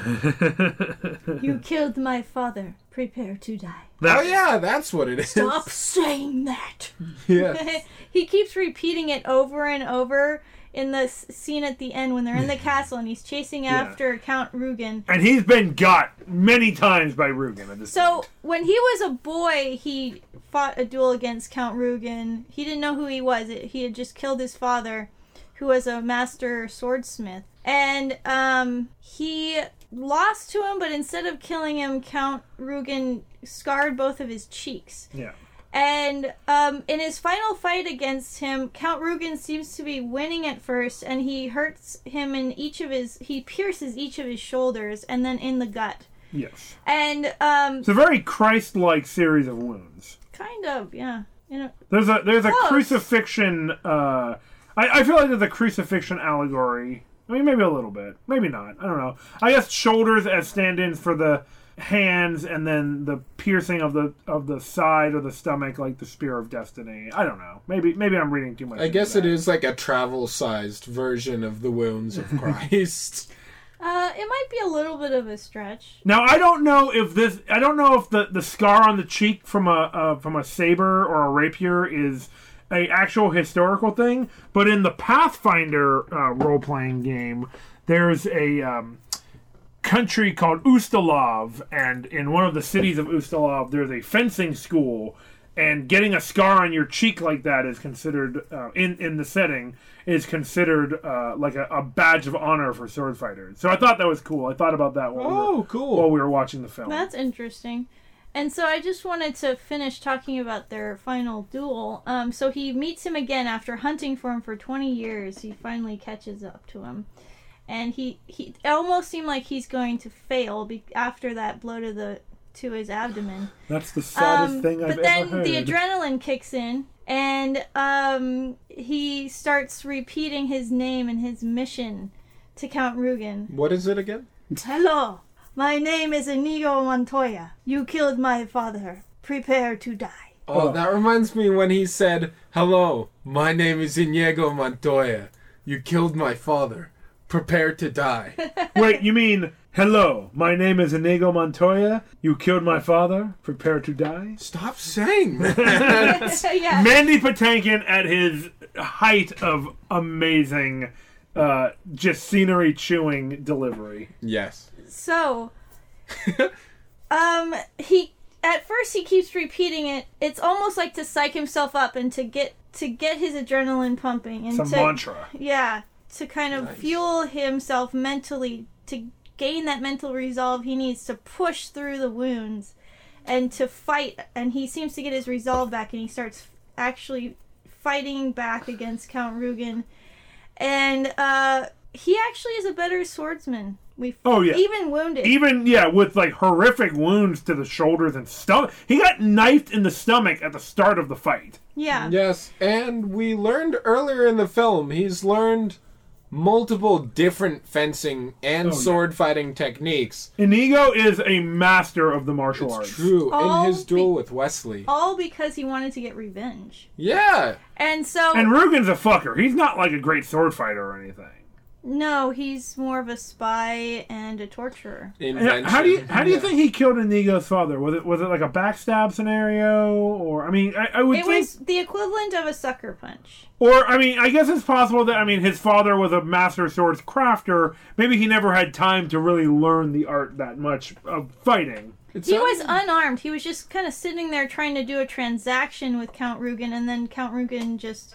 Speaker 1: You killed my father. Prepare to die.
Speaker 2: oh yeah, that's what it is.
Speaker 1: Stop saying that.
Speaker 2: Yeah.
Speaker 1: he keeps repeating it over and over in the s- scene at the end when they're in the castle and he's chasing after Count Rugen.
Speaker 3: and he's been got many times by Rugen at this
Speaker 1: So when he was a boy, he fought a duel against Count Rugen. He didn't know who he was. It- He had just killed his father, who was a master swordsmith, and um, he lost to him. But instead of killing him, Count Rugen scarred both of his cheeks.
Speaker 3: Yeah.
Speaker 1: And um, in his final fight against him, Count Rugen seems to be winning at first, and he hurts him in each of his. He pierces each of his shoulders, and then in the gut.
Speaker 3: Yes.
Speaker 1: And um,
Speaker 3: It's a very Christ-like series of wounds.
Speaker 1: kind of, yeah. You know,
Speaker 3: There's a there's a
Speaker 1: Close.
Speaker 3: crucifixion. Uh, I, I feel like there's a crucifixion allegory. I mean, maybe a little bit, maybe not. I don't know. I guess shoulders as stand-ins for the hands, and then the piercing of the of the side or the stomach, like the spear of destiny. I don't know. Maybe maybe I'm reading too much.
Speaker 2: I guess it is like a travel-sized version of the wounds of Christ.
Speaker 1: uh, it might be a little bit of a stretch.
Speaker 3: Now I don't know if this I don't know if the, the scar on the cheek from a uh, from a saber or a rapier is a actual historical thing, but in the Pathfinder uh, role playing game, there's a um, country called Ustalav, and in one of the cities of Ustalav, there's a fencing school, and getting a scar on your cheek like that is considered uh, in in the setting is considered uh, like a, a badge of honor for sword fighters. So I thought that was cool. I thought about that while, we, were,
Speaker 2: oh, cool.
Speaker 3: while we were watching the film.
Speaker 1: That's interesting. And so I just wanted to finish talking about their final duel. Um, so he meets him again after hunting for him for 20 years. He finally catches up to him. And he, he it almost seemed like he's going to fail be- after that blow to the to his abdomen.
Speaker 3: That's the saddest
Speaker 1: Um,
Speaker 3: thing I've
Speaker 1: but then
Speaker 3: ever heard.
Speaker 1: the adrenaline kicks in, and um, he starts repeating his name and his mission to Count Rugen.
Speaker 2: What is it again?
Speaker 1: Hello, my name is Inigo Montoya. You killed my father. Prepare to die.
Speaker 2: Oh, that reminds me when he said, "Hello, my name is Inigo Montoya. You killed my father. Prepare to die."
Speaker 3: Wait, you mean hello? My name is Inigo Montoya. You killed my father. Prepare to die.
Speaker 2: Stop saying that.
Speaker 1: yeah.
Speaker 3: Mandy Patinkin at his height of amazing, uh, just scenery chewing delivery.
Speaker 2: yes.
Speaker 1: So, um, he at first he keeps repeating it. It's almost like to psych himself up and to get to get his adrenaline pumping and
Speaker 3: It's a
Speaker 1: to
Speaker 3: mantra.
Speaker 1: Yeah, to kind of fuel himself mentally, to gain that mental resolve he needs to push through the wounds and to fight. And he seems to get his resolve back and he starts actually fighting back against Count Rugen. And uh, he actually is a better swordsman. We
Speaker 3: Oh, yeah.
Speaker 1: even wounded.
Speaker 3: Even yeah, with like horrific wounds to the shoulders and stomach. He got knifed in the stomach at the start of the fight.
Speaker 1: yeah.
Speaker 2: Yes, and we learned earlier in the film he's learned multiple different fencing and sword fighting techniques.
Speaker 3: Inigo is a master of the martial arts.
Speaker 2: True,
Speaker 1: All
Speaker 2: in his duel
Speaker 1: be-
Speaker 2: with Wesley.
Speaker 1: all because he wanted to get revenge.
Speaker 2: Yeah.
Speaker 1: And so
Speaker 3: And Rugen's a fucker. He's not like a great sword fighter or anything.
Speaker 1: no, he's more of a spy and a torturer.
Speaker 2: Invention.
Speaker 3: How do you how do you
Speaker 2: Yeah.
Speaker 3: think he killed Inigo's father? Was it was it like a backstab scenario or I mean I, I would
Speaker 1: It
Speaker 3: think
Speaker 1: was the equivalent of a sucker punch.
Speaker 3: Or I mean, I guess it's possible that I mean his father was a master swords crafter. Maybe he never had time to really learn the art that much of fighting.
Speaker 2: It's
Speaker 1: He
Speaker 2: not-
Speaker 1: was unarmed. He was just kind of sitting there trying to do a transaction with Count Rugen, and then Count Rugen just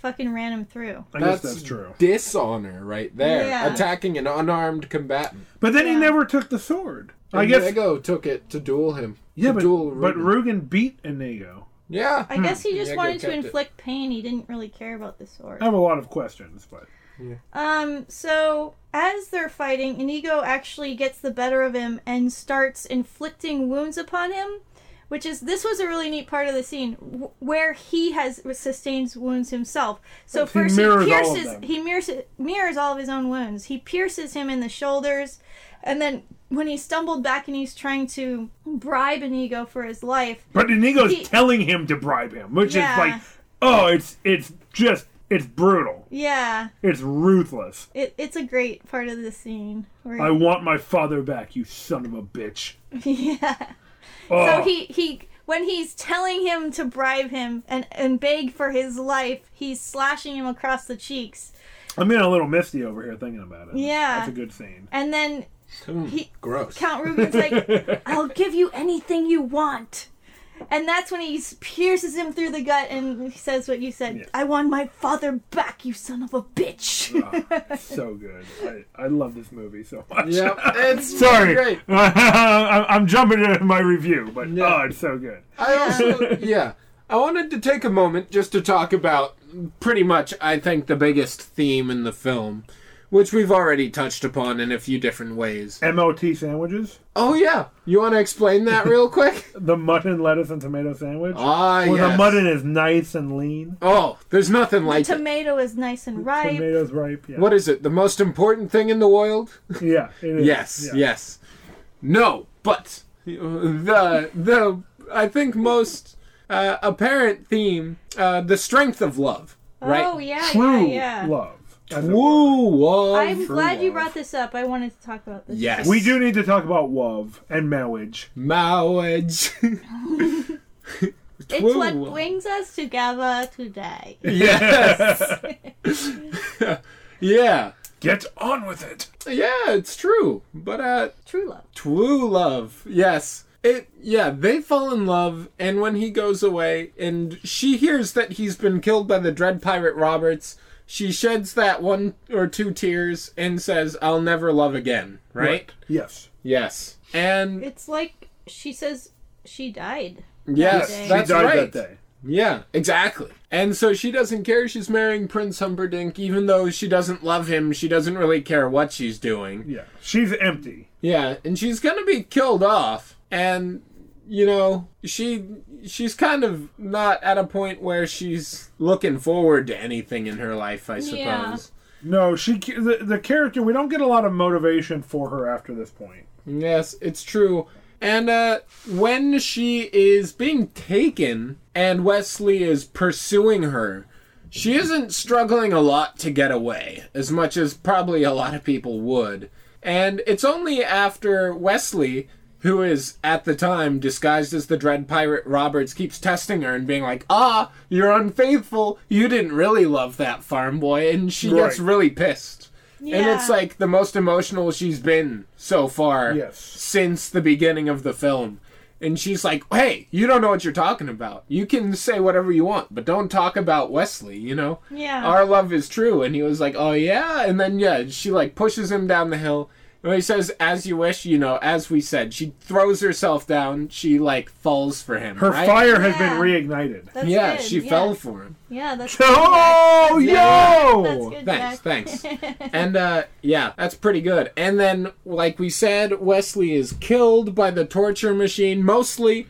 Speaker 1: fucking ran him through.
Speaker 3: I
Speaker 2: that's,
Speaker 3: guess that's true.
Speaker 2: Dishonor right there.
Speaker 1: Yeah.
Speaker 2: Attacking an unarmed combatant.
Speaker 3: But then he
Speaker 1: Yeah.
Speaker 3: never took the sword. I guess-
Speaker 2: Inigo took it to duel him.
Speaker 3: Yeah,
Speaker 2: To
Speaker 3: but,
Speaker 2: duel
Speaker 3: but
Speaker 2: Ruben.
Speaker 3: Rugen beat Inigo.
Speaker 2: yeah,
Speaker 1: I guess he just
Speaker 2: Yeah, go
Speaker 1: wanted to
Speaker 2: kept it.
Speaker 1: inflict pain. He didn't really care about the sword.
Speaker 3: I have a lot of questions, but
Speaker 1: Um, so as they're fighting, Inigo actually gets the better of him and starts inflicting wounds upon him, which is this was a really neat part of the scene w- where he has sustained wounds himself. So
Speaker 3: He
Speaker 1: first he,
Speaker 3: mirrors all of
Speaker 1: pierces,
Speaker 3: them.
Speaker 1: he mirrors mirrors all of his own wounds. He pierces him in the shoulders, and then when he stumbled back and he's trying to bribe Inigo for his life,
Speaker 3: but Inigo's
Speaker 1: He-
Speaker 3: telling him to bribe him, which
Speaker 1: Yeah.
Speaker 3: is like, oh, it's it's just it's brutal.
Speaker 1: yeah,
Speaker 3: It's ruthless.
Speaker 1: it, it's a great part of the scene. Where
Speaker 3: I want my father back, you son of a bitch.
Speaker 1: yeah.
Speaker 3: Oh,
Speaker 1: So he he when he's telling him to bribe him and and beg for his life, he's slashing him across the cheeks.
Speaker 3: I'm getting a little misty over here thinking about it.
Speaker 1: Yeah.
Speaker 3: that's a good scene.
Speaker 1: And then
Speaker 2: Mm,
Speaker 1: he-
Speaker 2: gross.
Speaker 1: Count Ruben's like, "I'll give you anything you want." And that's when he s- pierces him through the gut and he says what you said.
Speaker 3: Yeah.
Speaker 1: I want my father back, you son of a bitch.
Speaker 3: so good. I, I love this movie so much.
Speaker 2: Yep, it's
Speaker 3: Sorry,
Speaker 2: great.
Speaker 3: I- I'm jumping into my review, but
Speaker 2: Yeah.
Speaker 3: oh, it's so good.
Speaker 2: I also yeah. I wanted to take a moment just to talk about pretty much I think the biggest theme in the film, which we've already touched upon in a few different ways.
Speaker 3: MLT sandwiches,
Speaker 2: Oh yeah, you want to explain that real quick?
Speaker 3: the mutton, lettuce, and tomato sandwich.
Speaker 2: ah
Speaker 3: where the
Speaker 2: yes.
Speaker 3: mutton is nice and lean,
Speaker 2: Oh, there's nothing like it.
Speaker 1: Tomato is nice and ripe.
Speaker 3: tomatoes ripe. Yeah,
Speaker 2: What is it? The most important thing in the world?
Speaker 3: yeah it is.
Speaker 2: Yes,
Speaker 3: Yeah.
Speaker 2: yes. No, but the the I think most uh, apparent theme, uh, the strength of love, right?
Speaker 1: Oh yeah,
Speaker 3: True
Speaker 1: yeah, yeah.
Speaker 3: love. as it were.
Speaker 2: Woo, love.
Speaker 1: I'm
Speaker 2: True
Speaker 1: glad you
Speaker 2: love.
Speaker 1: brought this up. I wanted to talk about this.
Speaker 2: Yes,
Speaker 3: We do need to talk about love and marriage.
Speaker 2: marriage.
Speaker 1: It's
Speaker 2: True
Speaker 1: what
Speaker 2: love.
Speaker 1: brings us together today.
Speaker 2: yes. yeah,
Speaker 3: Get on with it.
Speaker 2: yeah, it's true. But uh,
Speaker 1: True love.
Speaker 2: True love. Yes. It yeah, they fall in love and when he goes away and she hears that he's been killed by the dread pirate Roberts, she sheds that one or two tears and says, "I'll never love again." Right?
Speaker 3: Yes.
Speaker 2: Yes. And
Speaker 1: It's like she says she died.
Speaker 2: yes,
Speaker 1: She
Speaker 2: that's
Speaker 3: she died
Speaker 2: right.
Speaker 3: that day.
Speaker 2: Yeah, exactly. And so she doesn't care she's marrying Prince Humperdinck even though she doesn't love him, she doesn't really care what she's doing.
Speaker 3: Yeah, she's empty.
Speaker 2: Yeah, and she's gonna be killed off, and you know she she's kind of not at a point where she's looking forward to anything in her life. I suppose.
Speaker 1: Yeah.
Speaker 3: No, she the, the character. We don't get a lot of motivation for her after this point.
Speaker 2: Yes, it's true. And uh, when she is being taken and Wesley is pursuing her, she isn't struggling a lot to get away, as much as probably a lot of people would. And it's only after Wesley, who is at the time disguised as the Dread Pirate Roberts, keeps testing her and being like, ah, you're unfaithful. You didn't really love that farm boy. And she gets
Speaker 3: Right.
Speaker 2: really pissed.
Speaker 1: Yeah.
Speaker 2: And it's like the most emotional she's been so far
Speaker 3: Yes.
Speaker 2: since the beginning of the film. And she's like, hey, you don't know what you're talking about. You can say whatever you want, but don't talk about Wesley, you know?
Speaker 1: Yeah.
Speaker 2: Our love is true. And he was like, oh, yeah. And then, yeah, she like pushes him down the hill. And when he says, as you wish, you know, as we said, she throws herself down. She like falls for him.
Speaker 3: Her
Speaker 2: right?
Speaker 3: fire has
Speaker 1: Yeah.
Speaker 3: been reignited.
Speaker 1: That's
Speaker 2: Yeah,
Speaker 1: good,
Speaker 2: she
Speaker 1: yeah.
Speaker 2: fell for him.
Speaker 1: Yeah, that's
Speaker 3: Oh, yo!
Speaker 1: That's good.
Speaker 2: Thanks,
Speaker 1: Jack.
Speaker 2: thanks. and uh, yeah, that's pretty good. And then, like we said, Wesley is killed by the torture machine, mostly,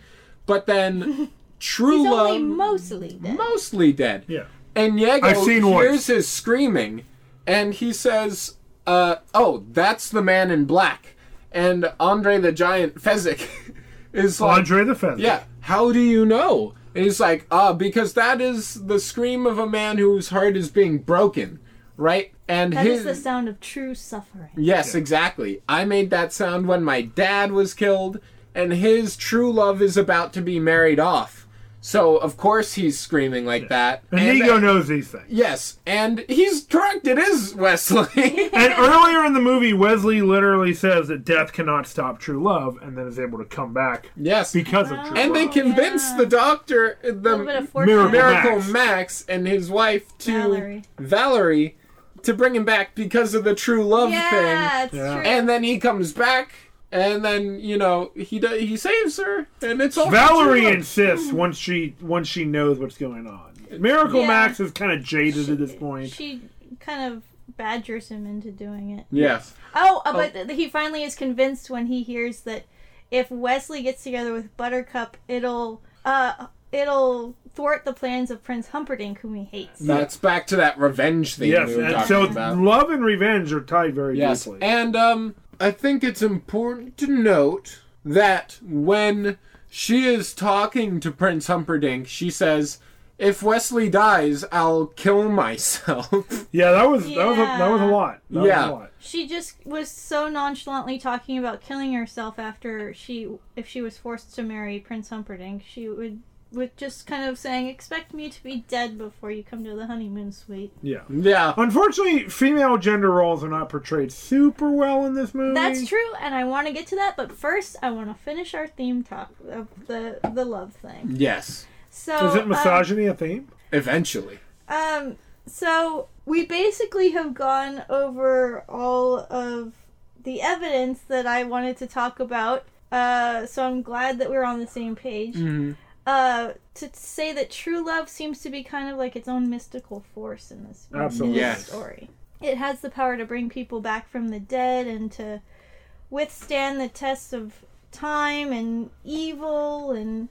Speaker 2: but then true
Speaker 1: He's
Speaker 2: love
Speaker 1: only mostly dead.
Speaker 2: mostly dead.
Speaker 3: Yeah.
Speaker 2: And Yago
Speaker 3: I've seen one.
Speaker 2: hears his screaming, and he says, uh, "Oh, that's the man in black." And Andre the Giant Fezzik is like,
Speaker 3: Andre the Feather.
Speaker 2: yeah. How do you know? And he's like, ah, because that is the scream of a man whose heart is being broken, right? And
Speaker 1: That
Speaker 2: his
Speaker 1: is the sound of true suffering.
Speaker 2: yes, exactly. I made that sound when my dad was killed, and his true love is about to be married off. So of course he's screaming like that.
Speaker 3: And Nego knows these things.
Speaker 2: yes, and he's correct. It is Wesley.
Speaker 3: And earlier in the movie, Wesley literally says that death cannot stop true love, and then is able to come back
Speaker 2: yes,
Speaker 3: because of true
Speaker 2: and they
Speaker 3: love.
Speaker 2: convince
Speaker 1: Oh, yeah.
Speaker 2: the doctor, the
Speaker 1: A little bit of
Speaker 3: Miracle.
Speaker 1: foreshadowing.
Speaker 2: Miracle Max.
Speaker 3: Max.
Speaker 2: and his wife to
Speaker 1: Valerie.
Speaker 2: Valerie. to bring him back because of the true love
Speaker 1: Yeah, it's
Speaker 3: Yeah.
Speaker 1: true.
Speaker 2: thing. And then he comes back and then you know he do- he saves her, and it's all
Speaker 3: Valerie
Speaker 2: and
Speaker 3: insists once she once she knows what's going on. Miracle
Speaker 1: Yeah.
Speaker 3: Max is kind of jaded at this point.
Speaker 1: She kind of badgers him into doing it.
Speaker 2: yes,
Speaker 1: Oh, uh, but th- he finally is convinced when he hears that if Wesley gets together with Buttercup, it'll uh it'll thwart the plans of Prince Humperdinck, whom he hates.
Speaker 2: that's back to that revenge thing
Speaker 3: Yes,
Speaker 2: we were
Speaker 3: and
Speaker 2: talking
Speaker 3: so
Speaker 2: about.
Speaker 3: love and revenge are tied very
Speaker 2: Yes,
Speaker 3: deeply.
Speaker 2: and um, I think it's important to note that when she is talking to Prince Humperdinck, she says, "If Wesley dies, I'll kill myself."
Speaker 3: yeah, that was that was a, that was a
Speaker 1: Yeah.
Speaker 3: lot. That
Speaker 2: Yeah.
Speaker 3: was a lot.
Speaker 1: She just was so nonchalantly talking about killing herself after she, if she was forced to marry Prince Humperdinck, she would, with just kind of saying, "Expect me to be dead before you come to the honeymoon suite."
Speaker 3: Yeah.
Speaker 2: yeah,
Speaker 3: Unfortunately, female gender roles are not portrayed super well in this movie.
Speaker 1: That's true, and I want to get to that, but first I want to finish our theme talk of the the love thing.
Speaker 2: yes,
Speaker 1: So
Speaker 3: Is it
Speaker 1: um,
Speaker 3: misogyny a theme?
Speaker 2: eventually.
Speaker 1: Um, so we basically have gone over all of the evidence that I wanted to talk about. Uh, so I'm glad that we're on the same page.
Speaker 2: Mm-hmm.
Speaker 1: Uh, to say that true love seems to be kind of like its own mystical force in this, in
Speaker 3: Absolutely.
Speaker 1: this
Speaker 2: Yes.
Speaker 1: story. It has the power to bring people back from the dead and to withstand the tests of time and evil and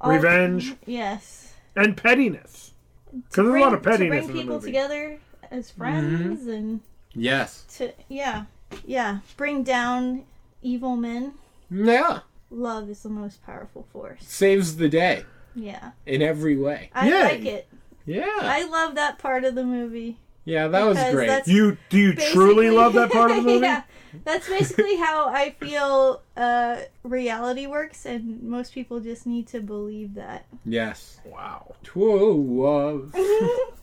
Speaker 1: all-
Speaker 3: Revenge.
Speaker 1: Yes
Speaker 3: And pettiness. Because there's a
Speaker 1: bring-
Speaker 3: lot of pettiness
Speaker 1: to bring
Speaker 3: in the
Speaker 1: people
Speaker 3: movie.
Speaker 1: together as friends and
Speaker 2: Yes.
Speaker 1: to yeah yeah bring down evil men
Speaker 2: Yeah.
Speaker 1: love is the most powerful force
Speaker 2: Saves the day
Speaker 1: yeah
Speaker 2: in every way.
Speaker 1: i
Speaker 3: Yay.
Speaker 1: like it
Speaker 2: Yeah.
Speaker 1: i love that part of the movie
Speaker 2: Yeah, that was
Speaker 1: because
Speaker 2: great.
Speaker 1: that's
Speaker 3: You do you truly
Speaker 1: Basically-
Speaker 3: love that part of the movie?
Speaker 1: yeah that's basically how i feel uh reality works and most people just need to believe that
Speaker 2: Yes.
Speaker 3: Wow.
Speaker 2: True love.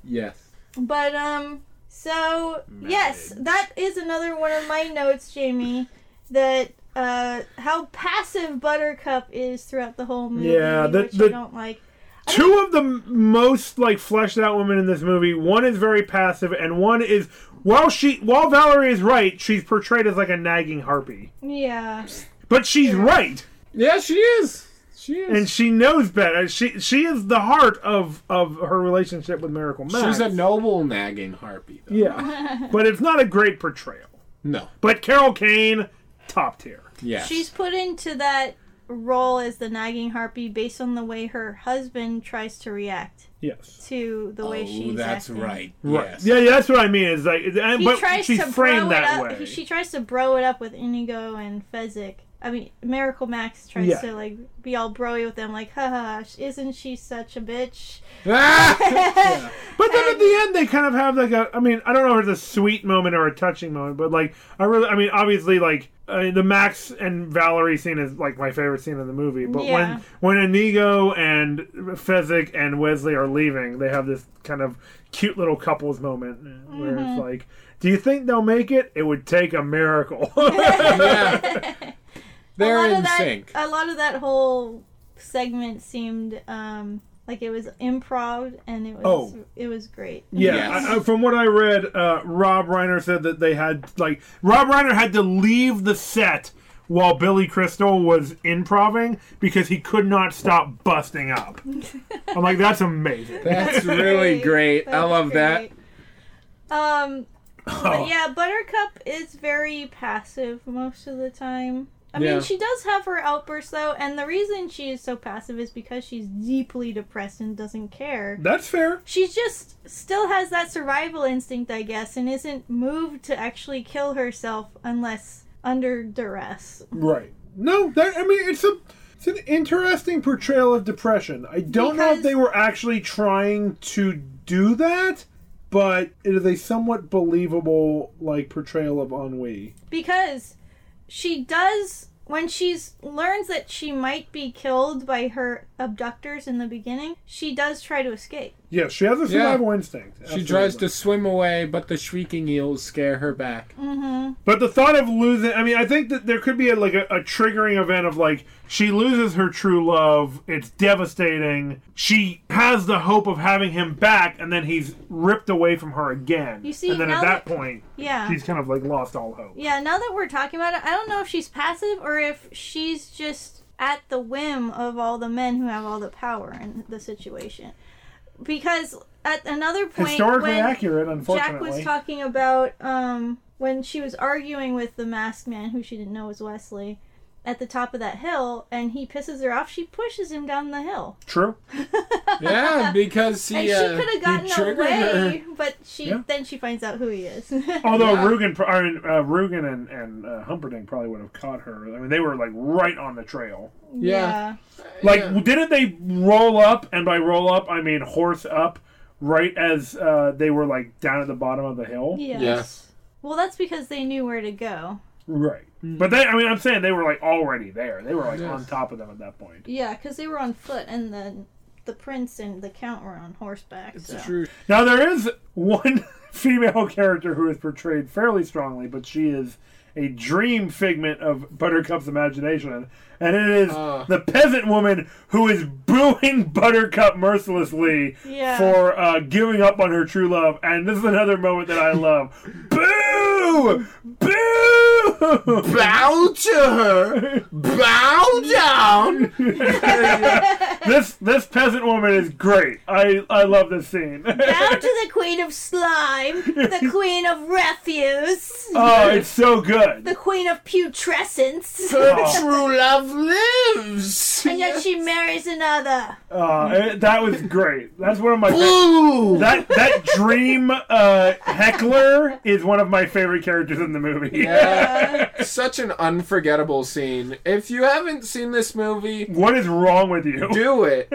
Speaker 2: yes.
Speaker 1: But um so yes, that is another one of my notes, Jamie, that uh how passive Buttercup is throughout the whole movie.
Speaker 3: Yeah, the-
Speaker 1: which
Speaker 3: the-
Speaker 1: I don't like.
Speaker 3: Two of the m- most like fleshed out women in this movie. One is very passive, and one is while she while Valerie is right, she's portrayed as like a nagging harpy.
Speaker 1: Yeah.
Speaker 3: But she's right,
Speaker 2: Yeah, she is. She is.
Speaker 3: and she knows better. She she is the heart of of her relationship with Miracle Max.
Speaker 2: She's a noble nagging harpy. Though.
Speaker 3: yeah, but it's not a great portrayal.
Speaker 2: No.
Speaker 3: But Carol Kane, top tier.
Speaker 2: Yes.
Speaker 1: She's put into that role as the nagging harpy based on the way her husband tries to react
Speaker 3: Yes.
Speaker 1: to the
Speaker 3: Oh,
Speaker 1: way she's
Speaker 2: Oh, that's
Speaker 1: acting.
Speaker 2: right. Yes.
Speaker 3: Yeah, yeah, that's what I mean. Is like, and-
Speaker 1: He
Speaker 3: but
Speaker 1: tries
Speaker 3: she's
Speaker 1: to
Speaker 3: framed
Speaker 1: bro
Speaker 3: that
Speaker 1: it up.
Speaker 3: way.
Speaker 1: She tries to bro it up with Inigo and Fezzik. I mean, Miracle Max tries
Speaker 3: Yeah.
Speaker 1: to like be all broy with them, like, haha, isn't she such a bitch?
Speaker 2: Ah!
Speaker 3: But then at the end, they kind of have like a. I mean, I don't know if it's a sweet moment or a touching moment, but like, I really, I mean, obviously, like I mean, the Max and Valerie scene is like my favorite scene in the movie. But
Speaker 1: Yeah.
Speaker 3: when when Inigo and Fezzik and Wesley are leaving, they have this kind of cute little couples moment where it's like, "Do you think they'll make it? It would take a miracle."
Speaker 2: yeah.
Speaker 1: a
Speaker 2: They're
Speaker 1: lot
Speaker 2: in
Speaker 1: of that,
Speaker 2: sync.
Speaker 1: A lot of that whole segment seemed um, like it was improv, and it was
Speaker 3: Oh.
Speaker 1: it was great.
Speaker 3: Yeah,
Speaker 2: Yes.
Speaker 3: I, I, from what I read, uh, Rob Reiner said that they had like Rob Reiner had to leave the set while Billy Crystal was improving because he could not stop busting up. I'm like, that's amazing.
Speaker 2: That's really great. I
Speaker 1: That's
Speaker 2: love that. Oh.
Speaker 1: great. Um, but yeah, Buttercup is very passive most of the time. I
Speaker 2: Yeah.
Speaker 1: mean, she does have her outbursts though, and the reason she is so passive is because she's deeply depressed and doesn't care.
Speaker 2: Mm.
Speaker 3: That's fair.
Speaker 1: She just still has that survival instinct, I guess, and isn't moved to actually kill herself unless under duress.
Speaker 3: Right. No, that I mean, it's a it's an interesting portrayal of depression. I don't know if
Speaker 1: Because-
Speaker 3: they were actually trying to do that, but it is a somewhat believable like portrayal of ennui.
Speaker 1: because she does when she's learns that she might be killed by her abductors in the beginning she does try to escape
Speaker 3: Yeah, she has a survival instinct.
Speaker 2: She tries
Speaker 3: absolutely.
Speaker 2: to swim away, but the shrieking eels scare her back.
Speaker 3: But the thought of losing, I mean, I think that there could be a, like a, a triggering event of like she loses her true love. It's devastating. She has the hope of having him back, and then he's ripped away from her again.
Speaker 1: You see,
Speaker 3: and then
Speaker 1: now
Speaker 3: at that,
Speaker 1: that-
Speaker 3: point,
Speaker 1: Yeah.
Speaker 3: she's kind of like lost all hope.
Speaker 1: Yeah, now that we're talking about it, I don't know if she's passive or if she's just at the whim of all the men who have all the power in the situation. Because at another point,
Speaker 3: Historically
Speaker 1: when
Speaker 3: accurate,
Speaker 1: Jack
Speaker 3: unfortunately.
Speaker 1: was talking about um, when she was arguing with the masked man, who she didn't know was Wesley, at the top of that hill, and he pisses her off. She pushes him down the hill,
Speaker 3: True.
Speaker 2: yeah, because he,
Speaker 1: and she
Speaker 2: uh,
Speaker 1: could have
Speaker 2: he
Speaker 1: gotten
Speaker 2: triggered her.
Speaker 1: away, but she
Speaker 3: Yeah.
Speaker 1: then she finds out who he is.
Speaker 3: Although
Speaker 2: Yeah.
Speaker 3: Rugen, pro- or, uh, Rugen and, and uh, Humperdinck probably would have caught her. I mean, they were like right on the trail.
Speaker 2: Yeah.
Speaker 3: Like,
Speaker 2: Yeah.
Speaker 3: didn't they roll up? And by roll up, I mean horse up, right as uh, they were like down at the bottom of the hill.
Speaker 1: Yes.
Speaker 2: Yes.
Speaker 1: Well, that's because they knew where to go.
Speaker 3: Right. But they, I mean, I'm saying they were like already there. They were like
Speaker 2: Yes.
Speaker 3: on top of them at that point.
Speaker 1: Yeah, because they were on foot, and the the prince and the count were on horseback.
Speaker 2: It's
Speaker 1: so.
Speaker 2: true.
Speaker 3: Now, there is one female character who is portrayed fairly strongly, but she is a dream figment of Buttercup's imagination. And it is
Speaker 2: Ah.
Speaker 3: the peasant woman who is booing Buttercup mercilessly
Speaker 1: Yeah.
Speaker 3: for uh, giving up on her true love. And this is another moment that I love. Boo! Boo!
Speaker 2: Bow to her. Bow down.
Speaker 3: this this peasant woman is great. I, I love this scene.
Speaker 1: Down to the queen of slime, the queen of refuse,
Speaker 3: Oh, it's so good.
Speaker 1: the queen of putrescence,
Speaker 2: Her
Speaker 3: Oh.
Speaker 2: true love lives.
Speaker 1: and yet she marries another.
Speaker 3: Uh, it- that was great. That's one of my fa-
Speaker 2: Ooh.
Speaker 3: that that dream uh, heckler is one of my favorite characters in the movie.
Speaker 2: Yeah. Such an unforgettable scene. If you haven't seen this movie,
Speaker 3: What is wrong with you?
Speaker 2: do it.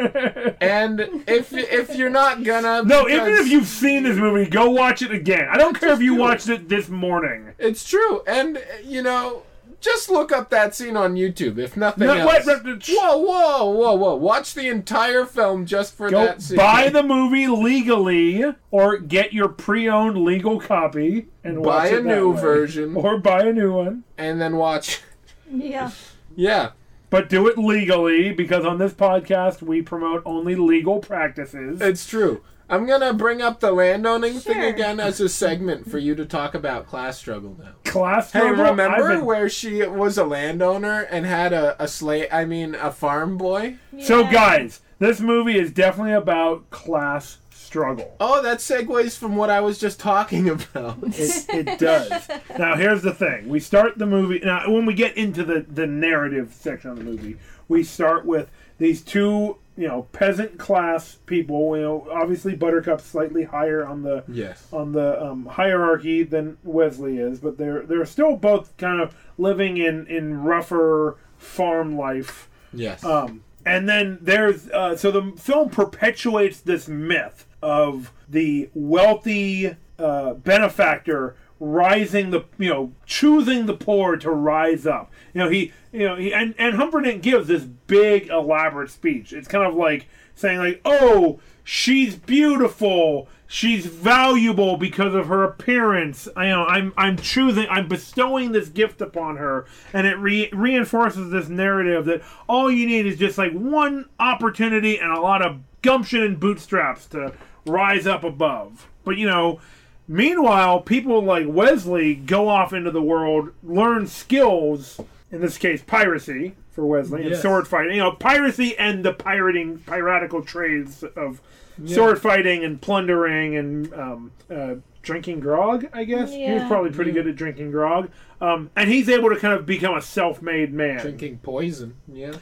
Speaker 2: And if if you're not gonna,
Speaker 3: no, even
Speaker 2: because
Speaker 3: if you've seen this movie, go watch it again. I don't care if you watched it this morning.
Speaker 2: it's true. And uh, you know, just look up that scene on YouTube. If nothing
Speaker 3: No,
Speaker 2: else,
Speaker 3: wait, wait, sh-
Speaker 2: whoa, whoa, whoa, whoa! Watch the entire film just for
Speaker 3: Go
Speaker 2: that scene.
Speaker 3: buy the movie legally, or get your pre-owned legal copy and
Speaker 2: Buy
Speaker 3: watch
Speaker 2: a
Speaker 3: it that
Speaker 2: new
Speaker 3: way.
Speaker 2: version.
Speaker 3: or buy a new one.
Speaker 2: and then watch.
Speaker 1: Yeah.
Speaker 2: Yeah,
Speaker 3: But do it legally because on this podcast we promote only legal practices.
Speaker 2: it's true. I'm gonna bring up the landowning thing
Speaker 1: Sure.
Speaker 2: again as a segment for you to talk about class struggle now.
Speaker 3: Class
Speaker 2: Hey,
Speaker 3: struggle, I've
Speaker 2: remember
Speaker 3: been-
Speaker 2: where she was a landowner and had a, a slave, I mean, a farm boy?
Speaker 3: So,
Speaker 1: Yeah.
Speaker 3: guys, this movie is definitely about class struggle.
Speaker 2: Oh, that segues from what I was just talking about.
Speaker 3: It, it does. now, here's the thing: we start the movie. Now, when we get into the the narrative section of the movie, we start with these two, you know, peasant class people. You know, obviously Buttercup's slightly higher on the
Speaker 2: yes.
Speaker 3: on the um, hierarchy than Wesley is, but they're they're still both kind of living in in rougher farm life.
Speaker 2: Yes.
Speaker 3: Um, and then there's uh, so the film perpetuates this myth of the wealthy uh, benefactor rising the you know choosing the poor to rise up. You know he you know he and and Humperdinck gives this big elaborate speech. It's kind of like saying like oh she's beautiful. She's valuable because of her appearance. I, you know, I'm I'm choosing, I'm bestowing this gift upon her, and it re- reinforces this narrative that all you need is just like one opportunity and a lot of gumption and bootstraps to rise up above. But you know, meanwhile, people like Wesley go off into the world, learn skills. In this case, piracy for Wesley and
Speaker 2: Yes.
Speaker 3: sword fighting. You know, piracy and the pirating, piratical trades of sword fighting and plundering and um, uh, drinking grog. I guess he was
Speaker 1: Yeah.
Speaker 3: probably pretty good at drinking grog, um, and he's able to kind of become a self-made man.
Speaker 2: Drinking poison. Yeah.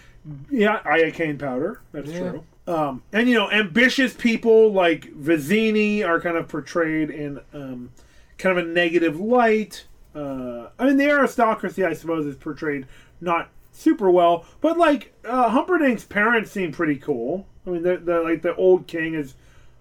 Speaker 3: Yeah, iocane powder. That's
Speaker 2: Yeah.
Speaker 3: true. Um, and you know, ambitious people like Vizzini are kind of portrayed in um, kind of a negative light. Uh, I mean, the aristocracy, I suppose, is portrayed not super well, but like uh, Humperdinck's parents seem pretty cool. I mean, the the like the old king is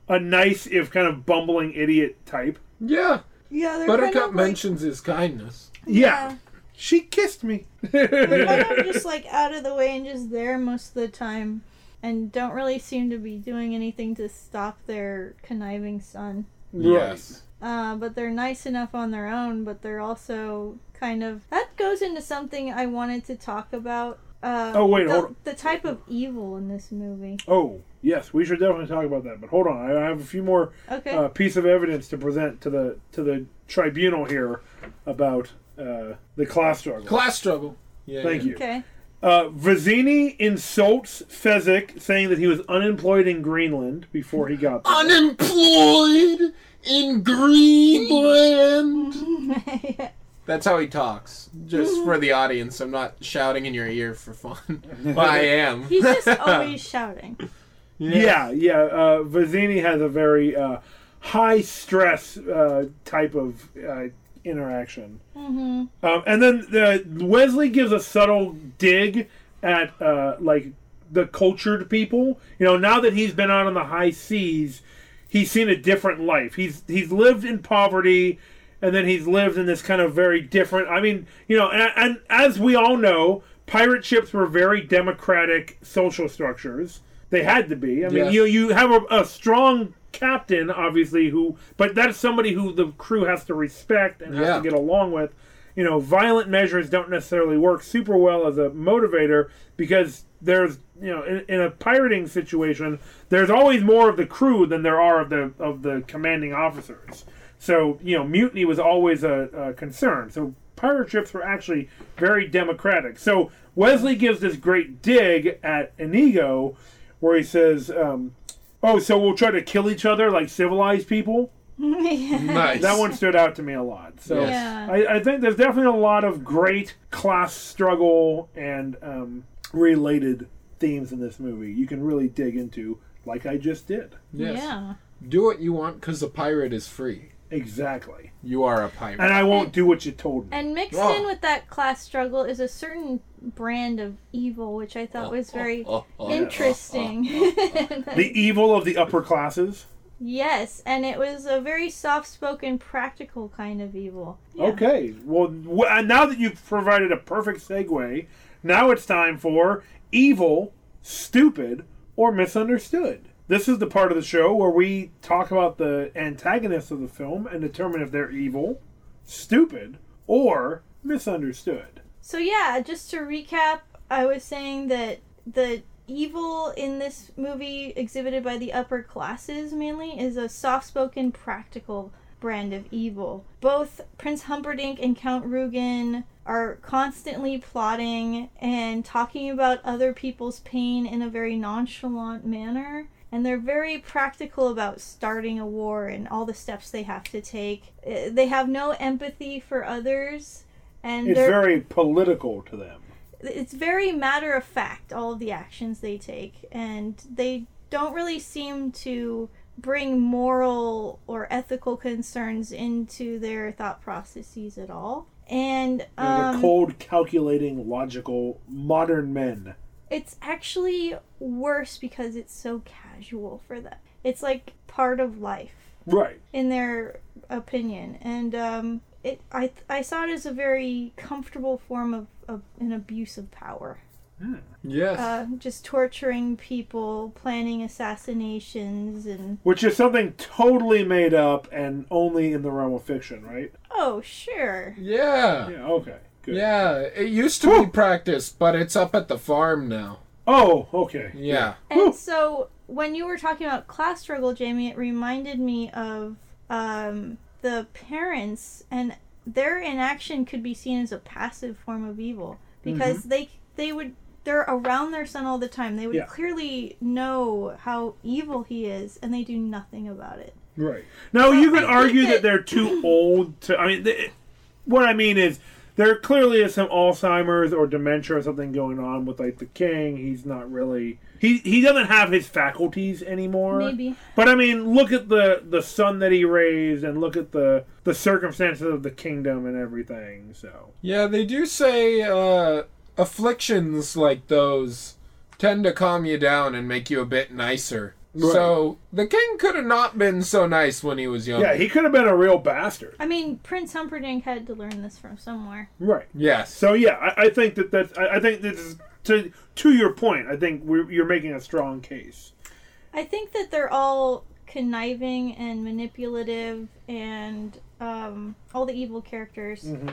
Speaker 3: a nice, if kind of bumbling idiot type.
Speaker 2: Yeah.
Speaker 1: Yeah, they're
Speaker 2: Buttercup
Speaker 1: kind of like,
Speaker 2: mentions his kindness.
Speaker 3: Yeah, she kissed me.
Speaker 1: kind of just like out of the way and just there most of the time. and don't really seem to be doing anything to stop their conniving son.
Speaker 2: Yes.
Speaker 1: Uh, but they're nice enough on their own, but they're also kind of. That goes into something I wanted to talk about. Uh,
Speaker 3: Oh, wait,
Speaker 1: the,
Speaker 3: hold on.
Speaker 1: the type of evil in this movie.
Speaker 3: Oh, yes, we should definitely talk about that. But hold on, I I have a few more
Speaker 1: Okay.
Speaker 3: uh, piece of evidence to present to the to the tribunal here about uh, the class struggle.
Speaker 2: Class struggle. Yeah.
Speaker 3: Thank
Speaker 2: yeah.
Speaker 3: you.
Speaker 1: okay.
Speaker 3: Uh, Vizzini insults Fezzik, saying that he was unemployed in Greenland before he got there.
Speaker 2: Unemployed in Greenland. That's how he talks. Just for the audience, I'm not shouting in your ear for fun. Well, I am.
Speaker 1: He's just always shouting.
Speaker 3: Yeah, yeah. Uh, Vizzini has a very uh, high stress uh, type of uh, interaction. Mm-hmm. Um, and then the, Wesley gives a subtle dig at uh, like the cultured people. You know, now that he's been out on the high seas, he's seen a different life. He's he's lived in poverty. And then he's lived in this kind of very different. I mean, you know, and, and as we all know, pirate ships were very democratic social structures. They had to be. I mean,
Speaker 2: Yes.
Speaker 3: you you have a, a strong captain, obviously, who, but that's somebody who the crew has to respect and has
Speaker 2: Yeah.
Speaker 3: to get along with. You know, violent measures don't necessarily work super well as a motivator because there's, you know, in, in a pirating situation, there's always more of the crew than there are of the of the commanding officers. So, you know, mutiny was always a, a concern. So, pirate ships were actually very democratic. So, Wesley gives this great dig at Inigo where he says, um, "Oh, so we'll try to kill each other like civilized people."
Speaker 1: yeah.
Speaker 2: Nice.
Speaker 3: That one stood out to me a lot. So
Speaker 2: Yes.
Speaker 1: Yeah.
Speaker 3: I, I think there's definitely a lot of great class struggle and um, related themes in this movie. You can really dig into, like I just did.
Speaker 2: Yes.
Speaker 1: Yeah.
Speaker 2: Do what you want because a pirate is free.
Speaker 3: Exactly.
Speaker 2: You are a
Speaker 3: And
Speaker 2: pirate.
Speaker 3: I won't do what you told me.
Speaker 1: And mixed
Speaker 2: Oh.
Speaker 1: in with that class struggle is a certain brand of evil, which I thought was very
Speaker 2: Oh, oh, oh,
Speaker 1: interesting.
Speaker 3: The evil of the upper classes.
Speaker 1: yes, and it was a very soft spoken, practical kind of evil. Yeah.
Speaker 3: Okay. Well, w- and now that you've provided a perfect segue, now it's time for evil, stupid, or misunderstood. This is the part of the show where we talk about the antagonists of the film and determine if they're evil, stupid, or misunderstood.
Speaker 1: So, yeah, just to recap, I was saying that the evil in this movie, exhibited by the upper classes mainly, is a soft spoken, practical brand of evil. Both Prince Humperdinck and Count Rugen are constantly plotting and talking about other people's pain in a very nonchalant manner. And they're very practical about starting a war and all the steps they have to take. Uh, They have no empathy for others, and
Speaker 3: It's
Speaker 1: they're
Speaker 3: very political to them.
Speaker 1: it's very matter of fact all of the actions they take and they don't really seem to bring moral or ethical concerns into their thought processes at all and
Speaker 3: They're the
Speaker 1: um,
Speaker 3: cold, calculating, logical, modern men.
Speaker 1: it's actually worse because it's so casual for them it's like part of life
Speaker 3: Right.
Speaker 1: in their opinion and um, it I, I saw it as a very comfortable form of, of an abuse of power
Speaker 2: Yes.
Speaker 1: uh, just torturing people, planning assassinations, and
Speaker 3: Which is something totally made up and only in the realm of fiction, right?
Speaker 1: oh, sure.
Speaker 2: yeah.
Speaker 3: Yeah, okay. Good.
Speaker 2: Yeah, it used to be practiced, but it's up at the farm now.
Speaker 3: Oh, okay.
Speaker 2: Yeah.
Speaker 1: And
Speaker 3: Woo.
Speaker 1: so when you were talking about class struggle, Jamie, it reminded me of um, the parents, and their inaction could be seen as a passive form of evil because they they would they're around their son all the time. They would
Speaker 3: Yeah.
Speaker 1: clearly know how evil he is, and they do nothing about it.
Speaker 3: Right. Now you could
Speaker 1: I think
Speaker 3: argue that,
Speaker 1: that-
Speaker 3: they're too old to. I mean, th what I mean is there clearly is some Alzheimer's or dementia or something going on with like the king. He's not really. He he doesn't have his faculties anymore.
Speaker 1: Maybe.
Speaker 3: But I mean, look at the the son that he raised, and look at the the circumstances of the kingdom and everything. So
Speaker 2: Yeah, they do say uh, afflictions like those tend to calm you down and make you a bit nicer. So the king could have not been so nice when he was young.
Speaker 3: yeah, he could have been a real bastard.
Speaker 1: I mean, Prince Humperdinck had to learn this from somewhere.
Speaker 3: Right.
Speaker 2: yes.
Speaker 3: So yeah, I, I think that that's I, I think this is to to your point, I think we're, you're making a strong case.
Speaker 1: I think that they're all conniving and manipulative and um, all the evil characters
Speaker 3: Mm-hmm.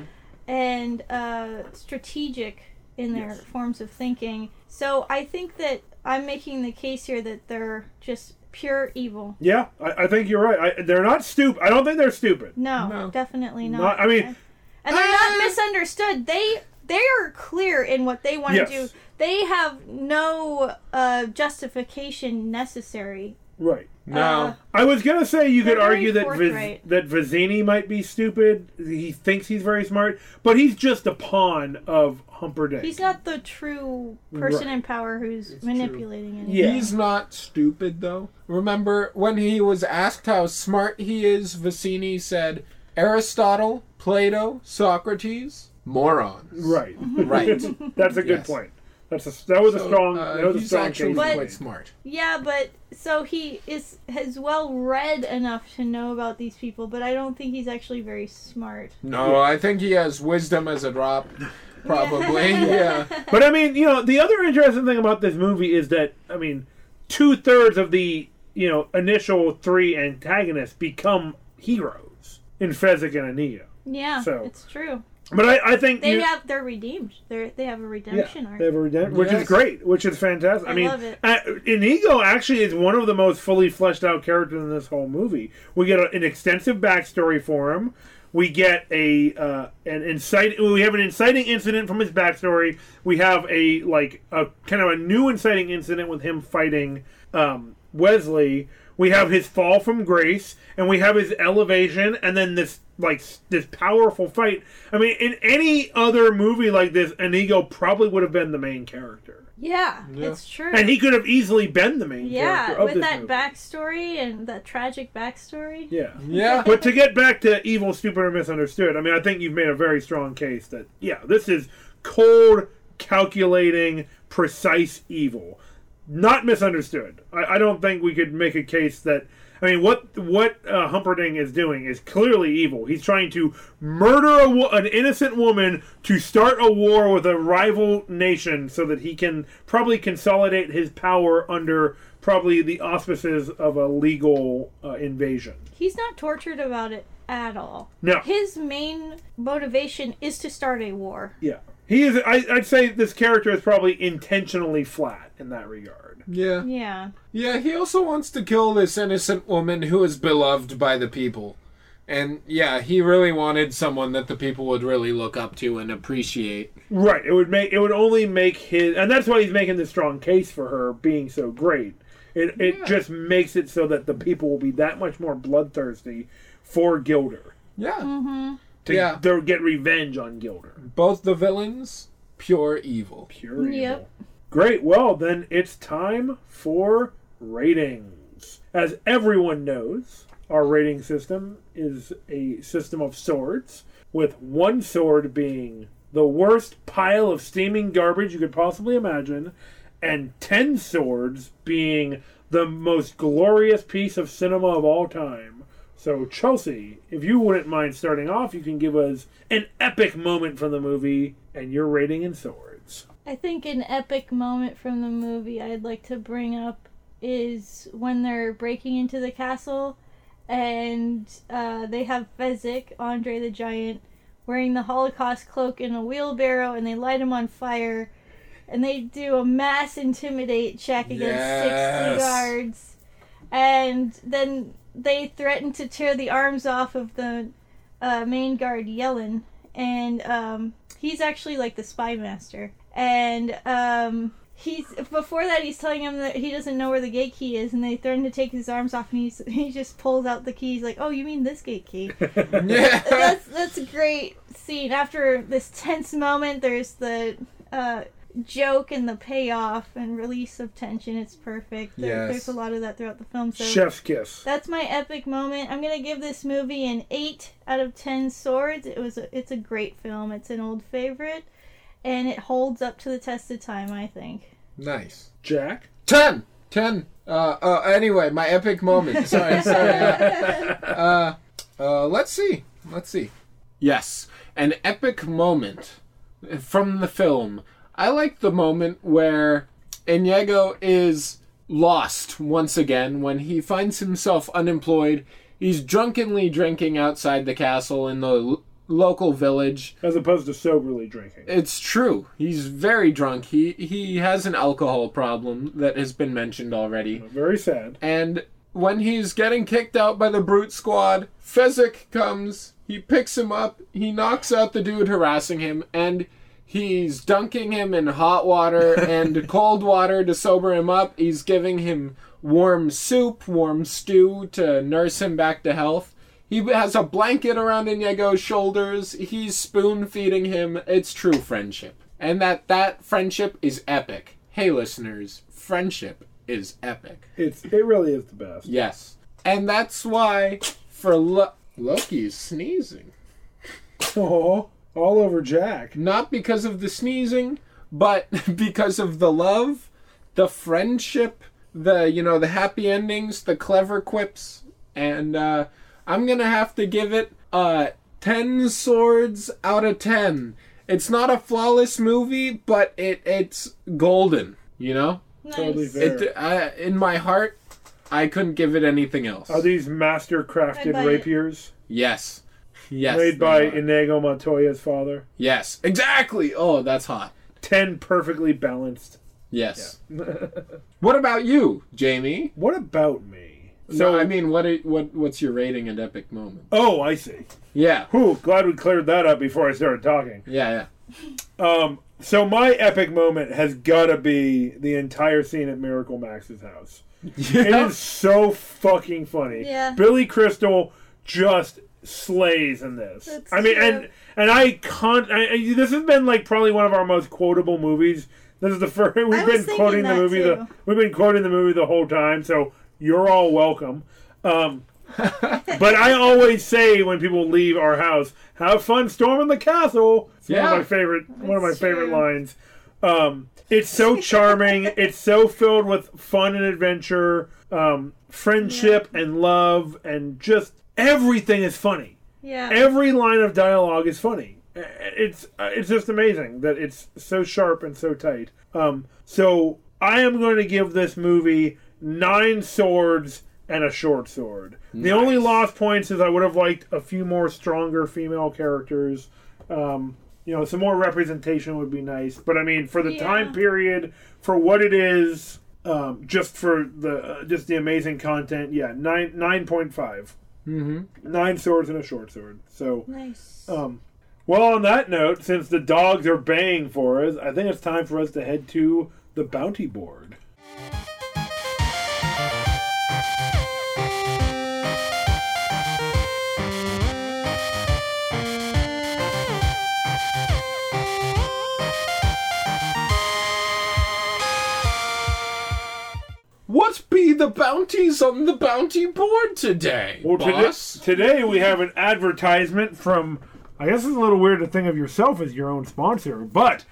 Speaker 1: and uh, strategic in their
Speaker 3: Yes.
Speaker 1: forms of thinking. So I think that I'm making the case here that they're just pure evil.
Speaker 3: Yeah, I, I think you're right. I, they're not stupid. I don't think they're stupid.
Speaker 1: No,
Speaker 2: No.
Speaker 1: definitely not.
Speaker 3: Not- I mean, um,
Speaker 1: and they're not
Speaker 2: Ah!
Speaker 1: misunderstood. They they are clear in what they want
Speaker 3: Yes.
Speaker 1: to do. They have no uh, justification necessary.
Speaker 3: right.
Speaker 2: No.
Speaker 3: I was gonna say you
Speaker 1: They're
Speaker 3: could argue
Speaker 1: very
Speaker 3: that Viz-
Speaker 1: forthright.
Speaker 3: that Vizzini might be stupid. He thinks he's very smart, but he's just a pawn of Humperdinck.
Speaker 1: He's not the true person
Speaker 3: Right.
Speaker 1: in power who's manipulating anything.
Speaker 3: Yeah.
Speaker 2: He's not stupid though. Remember when he was asked how smart he is, Vicini said, "Aristotle, Plato, Socrates, morons."
Speaker 3: right.
Speaker 2: Right.
Speaker 3: That's a good
Speaker 2: Yes.
Speaker 3: point. That's a that was a
Speaker 2: So,
Speaker 3: strong
Speaker 2: uh,
Speaker 3: that was a
Speaker 2: he's
Speaker 3: strong
Speaker 2: actually
Speaker 3: case.
Speaker 1: But-
Speaker 2: quite smart.
Speaker 1: Yeah, but so he is has well read enough to know about these people, but I don't think he's actually very smart.
Speaker 2: No, I think he has wisdom as a drop, probably. yeah.
Speaker 3: But I mean, you know, the other interesting thing about this movie is that I mean, two thirds of the you know initial three antagonists become heroes in Fezzik and Anita.
Speaker 1: Yeah,
Speaker 3: So-
Speaker 1: it's true.
Speaker 3: But I, I think
Speaker 1: They
Speaker 3: you-
Speaker 1: have they're redeemed. They they have a
Speaker 3: yeah,
Speaker 1: redemption arc.
Speaker 3: they have a redemption, which is
Speaker 2: Yes.
Speaker 3: great, which is fantastic. I,
Speaker 1: I
Speaker 3: mean,
Speaker 1: love it.
Speaker 3: uh, Inigo actually is one of the most fully fleshed out characters in this whole movie. We get a, an extensive backstory for him. We get a uh, an incite. We have an inciting incident from his backstory. We have a like a kind of a new inciting incident with him fighting um, Wesley. We have his fall from grace, and we have his elevation, and then this like s- this powerful fight. I mean, in any other movie like this, Inigo probably would have been the main character.
Speaker 1: Yeah, it's true.
Speaker 3: And he could have easily been the main character
Speaker 1: yeah,
Speaker 3: of
Speaker 1: with
Speaker 3: this
Speaker 1: that
Speaker 3: movie.
Speaker 1: backstory and that tragic backstory.
Speaker 3: yeah.
Speaker 2: Yeah.
Speaker 3: But to get back to evil, stupid, or misunderstood, I mean, I think you've made a very strong case that yeah, this is cold, calculating, precise evil, not misunderstood. I, I don't think we could make a case that. I mean, what what uh, Humperdinck is doing is clearly evil. He's trying to murder a, wo- an innocent woman to start a war with a rival nation, so that he can probably consolidate his power under probably the auspices of a legal uh, invasion.
Speaker 1: He's not tortured about it at all.
Speaker 3: No.
Speaker 1: His main motivation is to start a war.
Speaker 3: Yeah. He is. I, I'd say this character is probably intentionally flat in that regard.
Speaker 2: Yeah.
Speaker 1: Yeah.
Speaker 2: Yeah, he also wants to kill this innocent woman who is beloved by the people. And yeah, he really wanted someone that the people would really look up to and appreciate.
Speaker 3: Right. It would make. It would only make his, and that's why he's making this strong case for her being so great. It it just makes it so that the people will be that much more bloodthirsty for Gilder
Speaker 2: Yeah.
Speaker 3: to
Speaker 2: Yeah.
Speaker 3: to get revenge on Gilder.
Speaker 2: Both the villains, pure evil.
Speaker 3: Pure evil.
Speaker 1: Yep.
Speaker 3: Great. Well, then it's time for ratings. As everyone knows, our rating system is a system of swords, with one sword being the worst pile of steaming garbage you could possibly imagine, and ten swords being the most glorious piece of cinema of all time. So, Chelsea, if you wouldn't mind starting off, you can give us an epic moment from the movie and your rating in swords.
Speaker 1: I think an epic moment from the movie I'd like to bring up is when they're breaking into the castle and uh, they have Fezzik, Andre the Giant, wearing the Holocaust cloak in a wheelbarrow and they light him on fire and they do a mass intimidate check against
Speaker 2: Yes.
Speaker 1: 60 guards and then they threaten to tear the arms off of the uh, main guard Yellen and um, he's actually like the spy master and um, he's before that he's telling him that he doesn't know where the gate key is and they threaten to take his arms off and he's, he just pulls out the key he's like oh you mean this gate key
Speaker 2: Yeah.
Speaker 1: that's that's a great scene. After this tense moment, there's the uh, joke and the payoff and release of tension. It's perfect. There,
Speaker 2: Yes.
Speaker 1: There's a lot of that throughout the film. So
Speaker 3: Chef's kiss.
Speaker 1: that's my epic moment. I'm gonna give this movie an eight out of ten swords. It was a, it's a great film. It's an old favorite, and it holds up to the test of time. I think.
Speaker 2: nice.
Speaker 3: Jack.
Speaker 2: Ten. Ten. Uh, uh, anyway, my epic moment. Sorry, sorry. Uh, uh, let's see. Let's see. Yes, an epic moment from the film. I like the moment where Inigo is lost once again when he finds himself unemployed. He's drunkenly drinking outside the castle in the l- local village.
Speaker 3: as opposed to soberly drinking.
Speaker 2: It's true. He's very drunk. He he has an alcohol problem that has been mentioned already.
Speaker 3: Very sad.
Speaker 2: And when he's getting kicked out by the brute squad, Fezzik comes, he picks him up, he knocks out the dude harassing him, and he's dunking him in hot water and cold water to sober him up. He's giving him warm soup, warm stew to nurse him back to health. He has a blanket around Inyego's shoulders. He's spoon feeding him. It's true friendship. And that that friendship is epic. Hey listeners, friendship is epic.
Speaker 3: It's it really is the best.
Speaker 2: Yes. And that's why for Lo- Loki's sneezing.
Speaker 3: Oh, all over Jack.
Speaker 2: Not because of the sneezing, but because of the love, the friendship, the you know, the happy endings, the clever quips, and uh I'm going to have to give it uh 10 swords out of 10. It's not a flawless movie, but it it's golden, you know?
Speaker 1: Nice.
Speaker 3: Totally fair.
Speaker 2: It I, in my heart, I couldn't give it anything else.
Speaker 3: Are these master
Speaker 1: Made
Speaker 3: crafted
Speaker 1: by-
Speaker 3: rapiers
Speaker 2: yes. Yes.
Speaker 3: made
Speaker 2: they
Speaker 3: by
Speaker 2: are.
Speaker 3: Inigo Montoya's father?
Speaker 2: Yes, exactly. Oh, that's hot.
Speaker 3: Ten perfectly balanced.
Speaker 2: Yes. what about you, Jamie?
Speaker 3: What about me?
Speaker 2: So I mean, what are, what what's your rating at epic moment?
Speaker 3: oh, I see.
Speaker 2: Yeah,
Speaker 3: Whew, glad we cleared that up before I started talking.
Speaker 2: yeah, yeah.
Speaker 3: Um, so my epic moment has got to be the entire scene at Miracle Max's house. It is so fucking funny.
Speaker 1: Yeah.
Speaker 3: Billy Crystal just slays in this.
Speaker 1: That's
Speaker 3: I mean,
Speaker 1: true.
Speaker 3: and and I can't. I, I- this has been like probably one of our most quotable movies. This is the first we've
Speaker 1: was
Speaker 3: been
Speaker 1: thinking
Speaker 3: quoting the
Speaker 1: that,
Speaker 3: movie. The,
Speaker 1: too.
Speaker 3: we've been quoting the movie the whole time. So you're all welcome. Um, but I always say when people leave our house, "Have fun storming the castle." It's one
Speaker 2: Yeah.
Speaker 3: of my favorite. one of my
Speaker 1: That's
Speaker 3: favorite
Speaker 1: true.
Speaker 3: lines. Um, it's so charming. it's so filled with fun and adventure, um, friendship and love, and just everything is funny.
Speaker 1: yeah.
Speaker 3: Every line of dialogue is funny. It's uh, it's just amazing that it's so sharp and so tight. Um, so I am going to give this movie nine swords and a short sword. The only lost points is I would have liked a few more stronger female characters. Um, you know, some more representation would be nice. But I mean, for the
Speaker 1: Yeah.
Speaker 3: time period, for what it is, um, just for the uh, just the amazing content, yeah, nine nine point five
Speaker 2: Mm-hmm.
Speaker 3: nine swords and a short sword. So,
Speaker 1: nice.
Speaker 3: um, well, on that note, since the dogs are baying for us, I think it's time for us to head to the bounty board.
Speaker 2: What be the bounties on the bounty board today,
Speaker 3: Well, today,
Speaker 2: boss?
Speaker 3: today we have an advertisement from. I guess it's a little weird to think of yourself as your own sponsor, but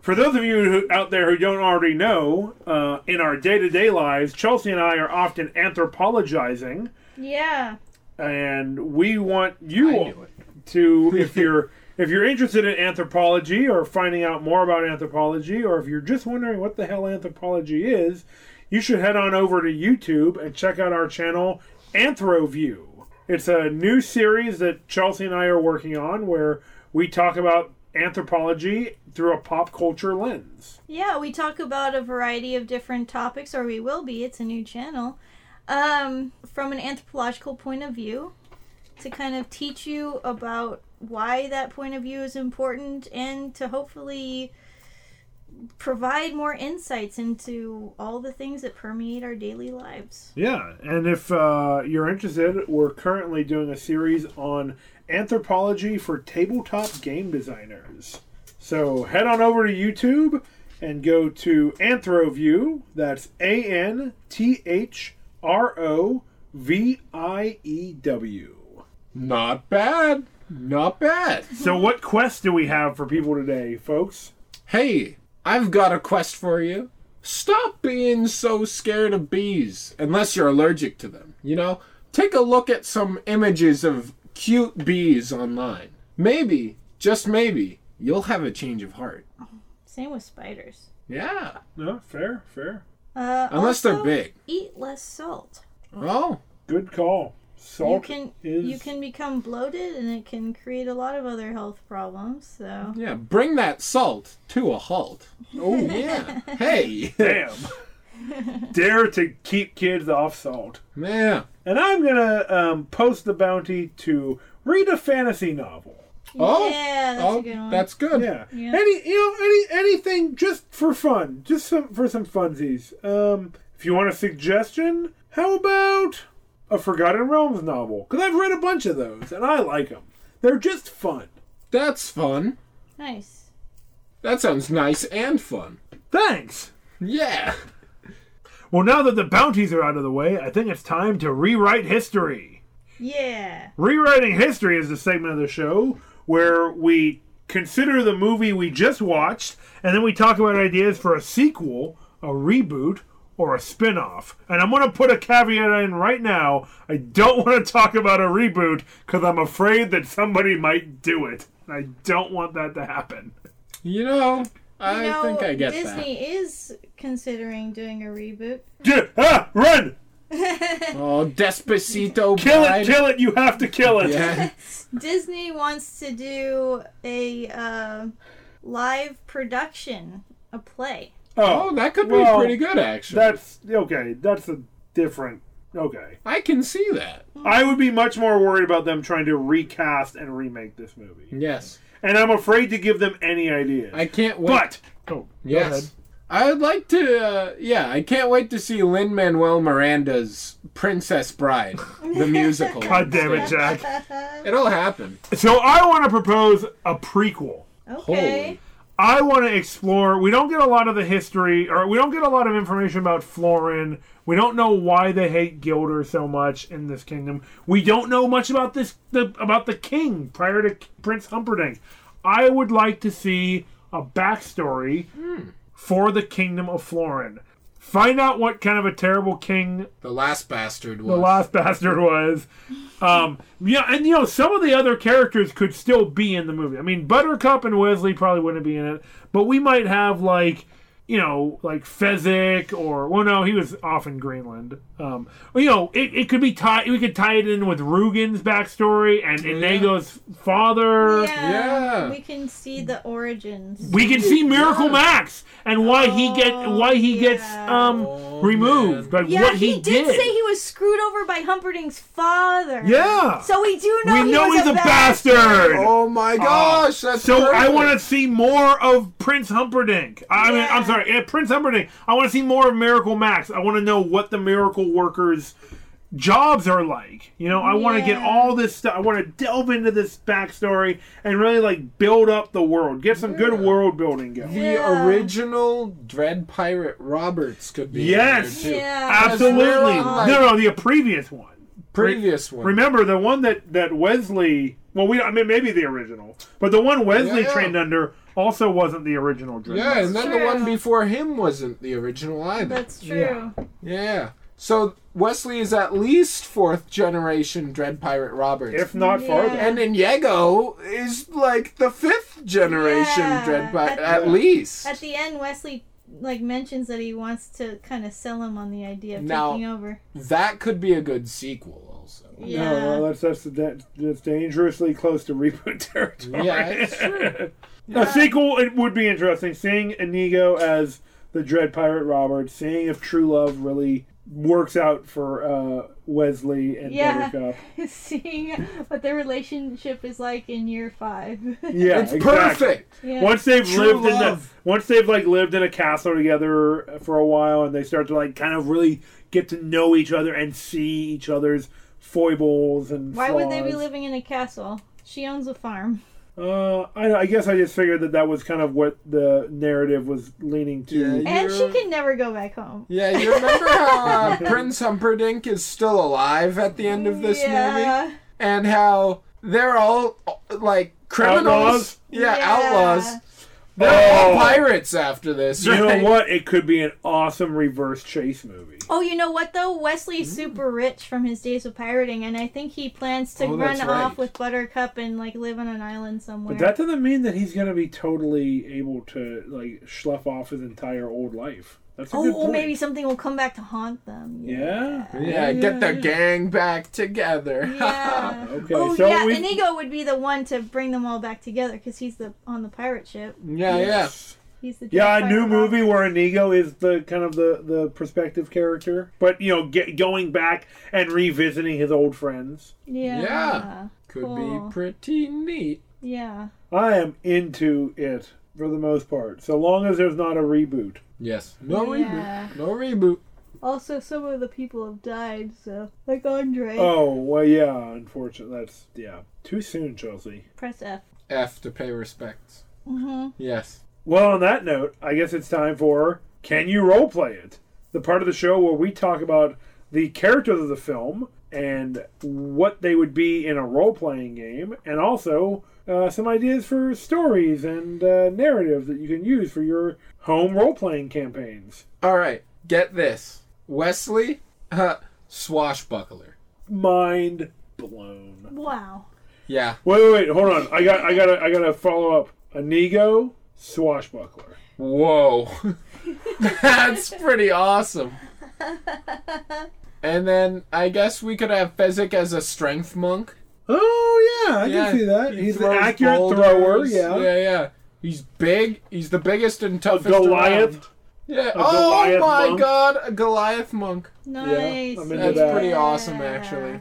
Speaker 3: for those of you who, out there who don't already know, uh, in our day to day lives, Chelsea and I are often anthropologizing,
Speaker 1: yeah.
Speaker 3: and we want
Speaker 2: I
Speaker 3: you
Speaker 2: knew it.
Speaker 3: to if you're if you're interested in anthropology or finding out more about anthropology or if you're just wondering what the hell anthropology is you should head on over to youtube and check out our channel anthroview it's a new series that chelsea and i are working on where we talk about anthropology through a pop culture lens
Speaker 1: Yeah, we talk about a variety of different topics, or we will be. It's a new channel. Um, from an anthropological point of view, to kind of teach you about why that point of view is important and to hopefully provide more insights into all the things that permeate our daily lives.
Speaker 3: Yeah, and if uh, you're interested, we're currently doing a series on anthropology for tabletop game designers. So head on over to YouTube and go to AnthroView. That's A N T H R O V I E W.
Speaker 2: Not bad. Not bad.
Speaker 3: So, what quest do we have for people today, folks?
Speaker 2: Hey, I've got a quest for you. Stop being so scared of bees, unless you're allergic to them, you know? Take a look at some images of cute bees online. Maybe, just maybe, you'll have a change of heart.
Speaker 1: Same with spiders.
Speaker 2: Yeah.
Speaker 3: No, fair, fair.
Speaker 1: Uh,
Speaker 2: Unless
Speaker 1: also,
Speaker 2: they're big.
Speaker 1: Eat less salt.
Speaker 2: Oh.
Speaker 3: Good call. Salt
Speaker 1: you can
Speaker 3: is
Speaker 1: you can become bloated, and it can create a lot of other health problems. So
Speaker 2: Yeah. Bring that salt to a halt.
Speaker 3: Oh,
Speaker 2: Yeah. hey.
Speaker 3: damn. Dare to keep kids off salt.
Speaker 2: Yeah.
Speaker 3: And I'm gonna um, post the bounty to read a fantasy novel.
Speaker 2: Oh.
Speaker 1: yeah, that's
Speaker 2: oh,
Speaker 1: a good one.
Speaker 2: that's good.
Speaker 3: Yeah.
Speaker 1: Yeah.
Speaker 3: Any you know, any anything just for fun. Just some for some funsies. Um if you want a suggestion, how about a Forgotten Realms novel? Because I've read a bunch of those and I like them. They're just fun.
Speaker 2: That's fun.
Speaker 1: nice.
Speaker 2: That sounds nice and fun.
Speaker 3: Thanks.
Speaker 2: Yeah.
Speaker 3: Well, now that the bounties are out of the way, I think it's time to rewrite history.
Speaker 1: Yeah.
Speaker 3: Rewriting History is the segment of the show where we consider the movie we just watched and then we talk about ideas for a sequel, a reboot, or a spin off. And I'm going to put a caveat in right now I don't want to talk about a reboot because I'm afraid that somebody might do it. I don't want that to happen.
Speaker 2: You know, I
Speaker 1: You know,
Speaker 2: think I get
Speaker 1: Disney is considering doing a reboot.
Speaker 3: Get, ah, run!
Speaker 2: that. Oh, Despacito.
Speaker 3: Kill
Speaker 2: bride.
Speaker 3: it, kill it, you have to kill it.
Speaker 2: Yeah.
Speaker 1: Disney wants to do a uh, live production, a play.
Speaker 2: Oh, that could
Speaker 3: Well,
Speaker 2: be pretty good, actually.
Speaker 3: that's okay. That's a different. Okay.
Speaker 2: I can see that.
Speaker 3: I would be much more worried about them trying to recast and remake this movie.
Speaker 2: Yes.
Speaker 3: And I'm afraid to give them any ideas.
Speaker 2: I can't wait.
Speaker 3: but oh, go ahead.
Speaker 2: yes. I would like to, uh, yeah, I can't wait to see Lin Manuel Miranda's Princess Bride, the musical.
Speaker 3: God damn it, Jack.
Speaker 2: It'll happen.
Speaker 3: So I want to propose a prequel.
Speaker 1: Okay.
Speaker 3: I want to explore. We don't get a lot of the history, or we don't get a lot of information about Florin. We don't know why they hate Gilder so much in this kingdom. We don't know much about this the, about the king prior to Prince Humperdinck. I would like to see a backstory for the kingdom of Florin. Find out what kind of a terrible king
Speaker 2: The last bastard was.
Speaker 3: the last bastard was. Um, yeah, and you know some of the other characters could still be in the movie. I mean, Buttercup and Wesley probably wouldn't be in it, but we might have like you know like Fezzik or well, no, he was off in Greenland. Um, you know, it, it could be tied. We could tie it in with Rugen's backstory and Inago's father.
Speaker 2: Yeah.
Speaker 1: We can see the origins.
Speaker 3: We can see Miracle Max and why he get why he gets
Speaker 1: yeah.
Speaker 3: um
Speaker 2: Oh,
Speaker 3: removed,
Speaker 2: man.
Speaker 3: like
Speaker 1: yeah,
Speaker 3: what
Speaker 1: he,
Speaker 3: he,
Speaker 1: did, say he was screwed over by Humperdinck's father.
Speaker 3: yeah.
Speaker 1: So we do know
Speaker 3: we
Speaker 1: he
Speaker 3: know
Speaker 1: was
Speaker 3: he's a
Speaker 1: bastard.
Speaker 3: bastard.
Speaker 2: Oh my gosh, that's
Speaker 3: So I
Speaker 2: perfect.
Speaker 3: want to see more of Prince Humperdinck. I mean, I'm
Speaker 1: Yeah.
Speaker 3: sorry, yeah, Prince Humperdinck. I want to see more of Miracle Max. I want to know what the miracle workers' jobs are like. You know, I want to get
Speaker 1: Yeah.
Speaker 3: all this stuff. I want to delve into this backstory and really like build up the world. Get some good world building going.
Speaker 2: The
Speaker 1: Yeah.
Speaker 2: original Dread Pirate Roberts could be. in
Speaker 3: Yes.
Speaker 2: there, too.
Speaker 1: Yeah.
Speaker 3: Absolutely.
Speaker 2: That's
Speaker 1: really
Speaker 3: No, no, the previous one.
Speaker 2: Previous one.
Speaker 3: Remember the one that that Wesley? Well, we I mean maybe the original, but the one Wesley
Speaker 2: Yeah, yeah.
Speaker 3: trained under also wasn't the original. Dread
Speaker 2: yeah, and then the
Speaker 1: True.
Speaker 2: one before him wasn't the original either.
Speaker 1: That's true.
Speaker 2: yeah. So Wesley is at least fourth generation Dread Pirate Roberts.
Speaker 3: if not
Speaker 1: Yeah.
Speaker 3: farther.
Speaker 2: And Inigo is like the fifth generation
Speaker 1: Yeah.
Speaker 2: Dread Pirate,
Speaker 1: At-
Speaker 2: at least.
Speaker 1: At the end, Wesley like mentions that he wants to kind of sell him on the idea of
Speaker 2: Now-
Speaker 1: taking over.
Speaker 2: that could be a good sequel, also.
Speaker 1: Yeah.
Speaker 3: No, no, Oh, that's that's that, that's dangerously close to reboot territory.
Speaker 2: Yeah, it's true.
Speaker 3: a sequel it would be interesting. Seeing Inigo as the Dread Pirate Robert, seeing if True Love really works out for uh, Wesley and
Speaker 1: Yeah.
Speaker 3: Buttercup.
Speaker 1: Seeing what their relationship is like in year five.
Speaker 3: Yeah,
Speaker 2: It's
Speaker 3: exactly.
Speaker 2: perfect.
Speaker 1: yeah.
Speaker 3: Once they've
Speaker 2: True
Speaker 3: lived in the
Speaker 2: love.
Speaker 3: once they've like lived in a castle together for a while, and they start to like kind of really get to know each other and see each other's foibles and
Speaker 1: Why would they be
Speaker 3: flaws.
Speaker 1: living in a castle? She owns a farm.
Speaker 3: Uh, I, I guess I just figured that that was kind of what the narrative was leaning to. Oh,
Speaker 2: Yeah.
Speaker 1: And she
Speaker 2: You're-
Speaker 1: can never go back home.
Speaker 2: Yeah, you remember how uh, Prince Humperdinck is still alive at the end of this movie?
Speaker 1: yeah.
Speaker 2: And how they're all, like, criminals.
Speaker 3: Outlaws?
Speaker 2: Yeah,
Speaker 1: Yeah.
Speaker 2: outlaws. They're all
Speaker 3: Oh.
Speaker 2: pirates after this.
Speaker 3: You know
Speaker 2: right?
Speaker 3: what? It could be an awesome reverse chase movie.
Speaker 1: Oh, you know what though? Wesley's
Speaker 2: Mm.
Speaker 1: super rich from his days of pirating, and I think he plans to
Speaker 2: Oh,
Speaker 1: run
Speaker 2: that's
Speaker 1: off
Speaker 2: right.
Speaker 1: with Buttercup and like live on an island somewhere.
Speaker 3: But that doesn't mean that he's going to be totally able to like schluff off his entire old life. That's a
Speaker 1: oh,
Speaker 3: good
Speaker 1: or
Speaker 3: point.
Speaker 1: maybe something will come back to haunt them.
Speaker 3: Yeah.
Speaker 2: Yeah, get the
Speaker 3: yeah.
Speaker 2: gang back together.
Speaker 1: Yeah.
Speaker 3: Okay,
Speaker 1: oh
Speaker 3: so
Speaker 1: yeah,
Speaker 3: we-
Speaker 1: Inigo would be the one to bring them all back together because he's the on the pirate ship.
Speaker 2: yeah,
Speaker 3: Yes.
Speaker 1: He's the
Speaker 3: Yeah,
Speaker 1: chief
Speaker 3: a new
Speaker 1: pirate
Speaker 3: movie where Inigo is the kind of the the prospective character, but you know, get, going back and revisiting his old friends.
Speaker 1: officer. Yeah.
Speaker 2: Yeah. Could
Speaker 1: Cool.
Speaker 2: be pretty neat.
Speaker 1: Yeah.
Speaker 3: I am into it for the most part, so long as there's not a reboot.
Speaker 2: Yes. No
Speaker 1: Yeah.
Speaker 2: reboot. No reboot.
Speaker 1: Also, some of the people have died, so like Andre.
Speaker 3: Oh well, yeah. Unfortunately, that's yeah. Too soon, Chelsea.
Speaker 1: Press F.
Speaker 2: F to pay respects.
Speaker 1: Mm-hmm.
Speaker 2: Yes.
Speaker 3: Well, on that note, I guess it's time for Can You Roleplay It? The part of the show where we talk about the characters of the film and what they would be in a role playing game, and also uh, some ideas for stories and uh, narratives that you can use for your home role playing campaigns.
Speaker 2: All right. Get this. Wesley, uh, swashbuckler.
Speaker 3: Mind blown.
Speaker 1: Wow.
Speaker 2: Yeah.
Speaker 3: Wait, wait, wait, hold on. I got, I got, I got to follow up. Inigo, swashbuckler.
Speaker 2: Whoa. That's pretty awesome. And then I guess we could have Fezzik as a strength monk.
Speaker 3: Oh yeah, I
Speaker 2: Yeah,
Speaker 3: can see that.
Speaker 2: he
Speaker 3: He's an
Speaker 2: throws
Speaker 3: accurate
Speaker 2: boulders.
Speaker 3: thrower. Yeah.
Speaker 2: Yeah, yeah. He's big. He's the biggest and
Speaker 3: A
Speaker 2: toughest.
Speaker 3: Goliath.
Speaker 2: around. Yeah. oh
Speaker 3: Goliath
Speaker 2: my
Speaker 3: monk.
Speaker 2: god, a Goliath monk.
Speaker 1: Nice.
Speaker 3: I'm into
Speaker 2: That's
Speaker 3: that.
Speaker 2: pretty awesome, actually.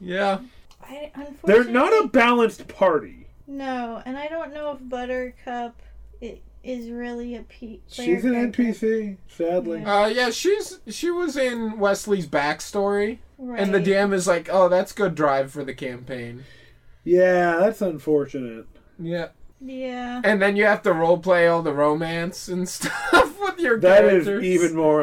Speaker 2: Yeah.
Speaker 1: I,
Speaker 3: They're
Speaker 1: unfortunately,
Speaker 3: not a balanced party.
Speaker 1: No, and I don't know if Buttercup i- is really a pe- player
Speaker 3: She's an
Speaker 1: character.
Speaker 3: NPC, sadly.
Speaker 1: Yeah.
Speaker 2: Uh, yeah. She's she was in Wesley's backstory,
Speaker 1: Right.
Speaker 2: and the DM is like, "Oh, that's good drive for the campaign."
Speaker 3: Yeah, that's unfortunate.
Speaker 2: Yeah.
Speaker 1: Yeah.
Speaker 2: And then you have to roleplay all the romance and stuff with your
Speaker 3: That is
Speaker 2: characters.
Speaker 3: even more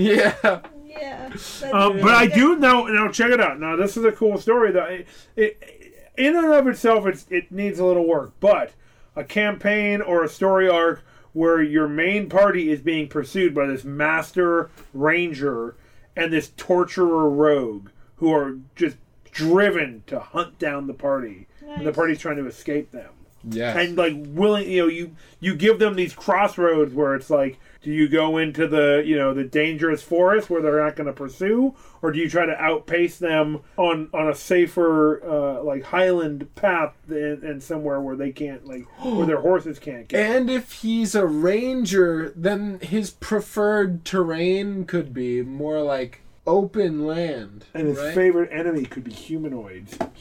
Speaker 2: Yeah.
Speaker 1: Yeah. that's-
Speaker 3: Um, but I do know. Now check it out. Now this is a cool story. That it, it, in and of itself, it's, it needs a little work. But a campaign or a story arc where your main party is being pursued by this master ranger and this torturer rogue who are just driven to hunt down the party, and the
Speaker 1: Nice.
Speaker 3: party's trying to escape them.
Speaker 2: Yes.
Speaker 3: and like willing you know you you give them these crossroads where it's like do you go into the you know the dangerous forest where they're not going to pursue or do you try to outpace them on on a safer uh, like highland path and, and somewhere where they can't like where their horses can't get
Speaker 2: And if he's a ranger, then his preferred terrain could be more like open land.
Speaker 3: and his
Speaker 2: right?
Speaker 3: favorite enemy could be humanoids humans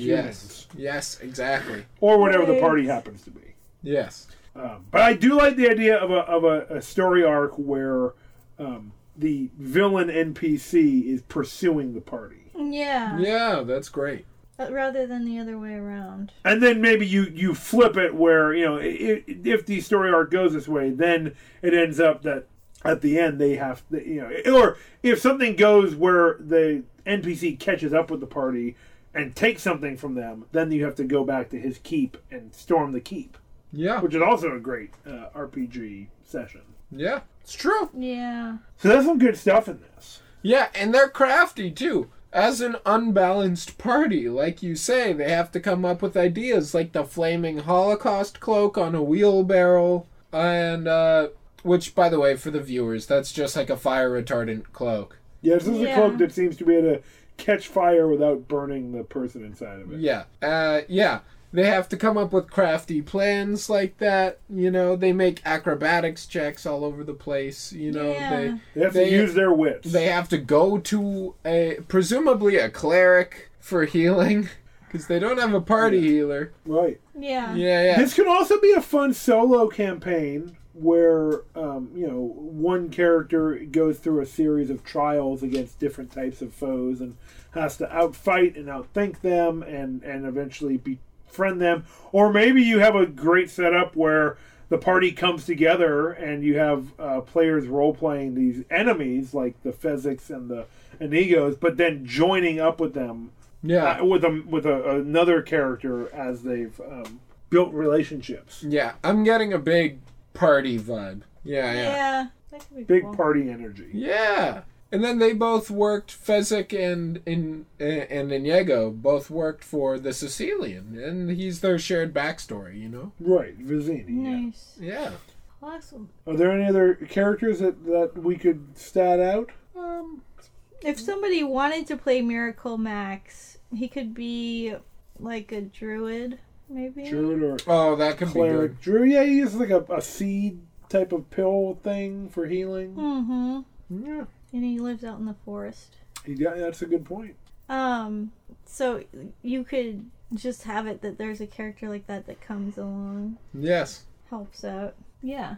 Speaker 2: Yes. Yes, exactly.
Speaker 3: or whatever the
Speaker 1: Right.
Speaker 3: party happens to be
Speaker 2: Yes.
Speaker 3: Um, but I do like the idea of a, of a, a story arc where um, the villain NPC is pursuing the party.
Speaker 1: Yeah.
Speaker 2: Yeah, that's great.
Speaker 1: Uh, Rather than the other way around.
Speaker 3: And then maybe you, you flip it where, you know, i i if the story arc goes this way, then it ends up that at the end they have, to, you know, or if something goes where the NPC catches up with the party and takes something from them, then you have to go back to his keep and storm the keep,
Speaker 2: Yeah.
Speaker 3: which is also a great uh, RPG session.
Speaker 2: Yeah. It's true.
Speaker 1: Yeah.
Speaker 3: So there's some good stuff in this.
Speaker 2: Yeah, and they're crafty too. As an unbalanced party, like you say, they have to come up with ideas like the flaming Holocaust cloak on a wheelbarrow, and uh, which, by the way, for the viewers, that's just like a fire retardant cloak.
Speaker 3: Yeah, this is a
Speaker 1: Yeah.
Speaker 3: cloak that seems to be able to catch fire without burning the person inside of it.
Speaker 2: Yeah, uh, yeah. They have to come up with crafty plans like that. You know, they make acrobatics checks all over the place. You know,
Speaker 1: Yeah.
Speaker 2: they
Speaker 3: They have
Speaker 2: They-
Speaker 3: to use their wits.
Speaker 2: they have to go to a presumably a cleric for healing because they don't have a party healer.
Speaker 3: right.
Speaker 1: Yeah.
Speaker 2: Yeah, yeah.
Speaker 3: This can also be a fun solo campaign where um, you know one character goes through a series of trials against different types of foes and has to outfight and outthink them and and eventually befriend them. Or maybe you have a great setup where the party comes together and you have uh, players role playing these enemies like the Fezzix and the Anigos, but then joining up with them
Speaker 2: yeah.
Speaker 3: uh, with a with a, another character as they've um, built relationships.
Speaker 2: Yeah, I'm getting a big party vibe. Yeah, yeah.
Speaker 1: Yeah, that could be
Speaker 3: Big
Speaker 1: cool.
Speaker 3: party energy.
Speaker 2: Yeah. And then they both worked. Fezzik and and and Inigo both worked for the Sicilian, and he's their shared backstory. You know.
Speaker 3: Right, Vizzini. Yeah.
Speaker 1: Nice.
Speaker 2: Yeah.
Speaker 1: Awesome.
Speaker 3: Are there any other characters that, that we could stat out?
Speaker 2: Um.
Speaker 1: If somebody wanted to play Miracle Max, he could be like a druid, maybe.
Speaker 3: Druid or
Speaker 2: Oh, that can be good.
Speaker 3: cleric? Drew, yeah, he uses like a, a seed type of pill thing for healing.
Speaker 1: Mm-hmm.
Speaker 3: Yeah,
Speaker 1: And he lives out in the forest.
Speaker 3: he got, that's a good point.
Speaker 1: Um, so you could just have it that there's a character like that that comes along,
Speaker 2: Yes.
Speaker 1: helps out. Yeah.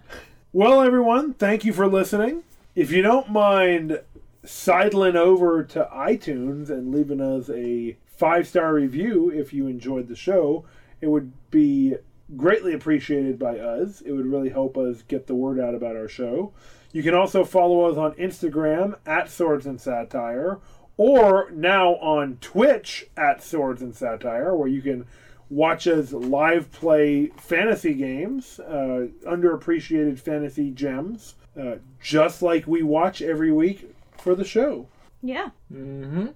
Speaker 3: Well, everyone, thank you for listening. If you don't mind sidling over to iTunes and leaving us a five star review if you enjoyed the show, it would be greatly appreciated by us. It would really help us get the word out about our show. You can also follow us on Instagram at Swords and Satire or now on Twitch at Swords and Satire, where you can watch us live play fantasy games, uh, underappreciated fantasy gems, uh, just like we watch every week for the show.
Speaker 1: Yeah.
Speaker 2: Mm-hmm.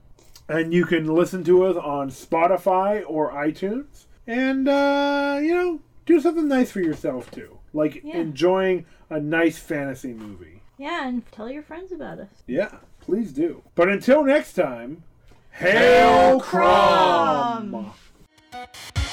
Speaker 3: And you can listen to us on Spotify or iTunes. And, uh, you know, do something nice for yourself, too. Like
Speaker 1: Yeah.
Speaker 3: enjoying a nice fantasy movie.
Speaker 1: Yeah, and tell your friends about us.
Speaker 3: Yeah, please do. But until next time, Hail
Speaker 2: Crom!
Speaker 3: Crom!
Speaker 1: Um.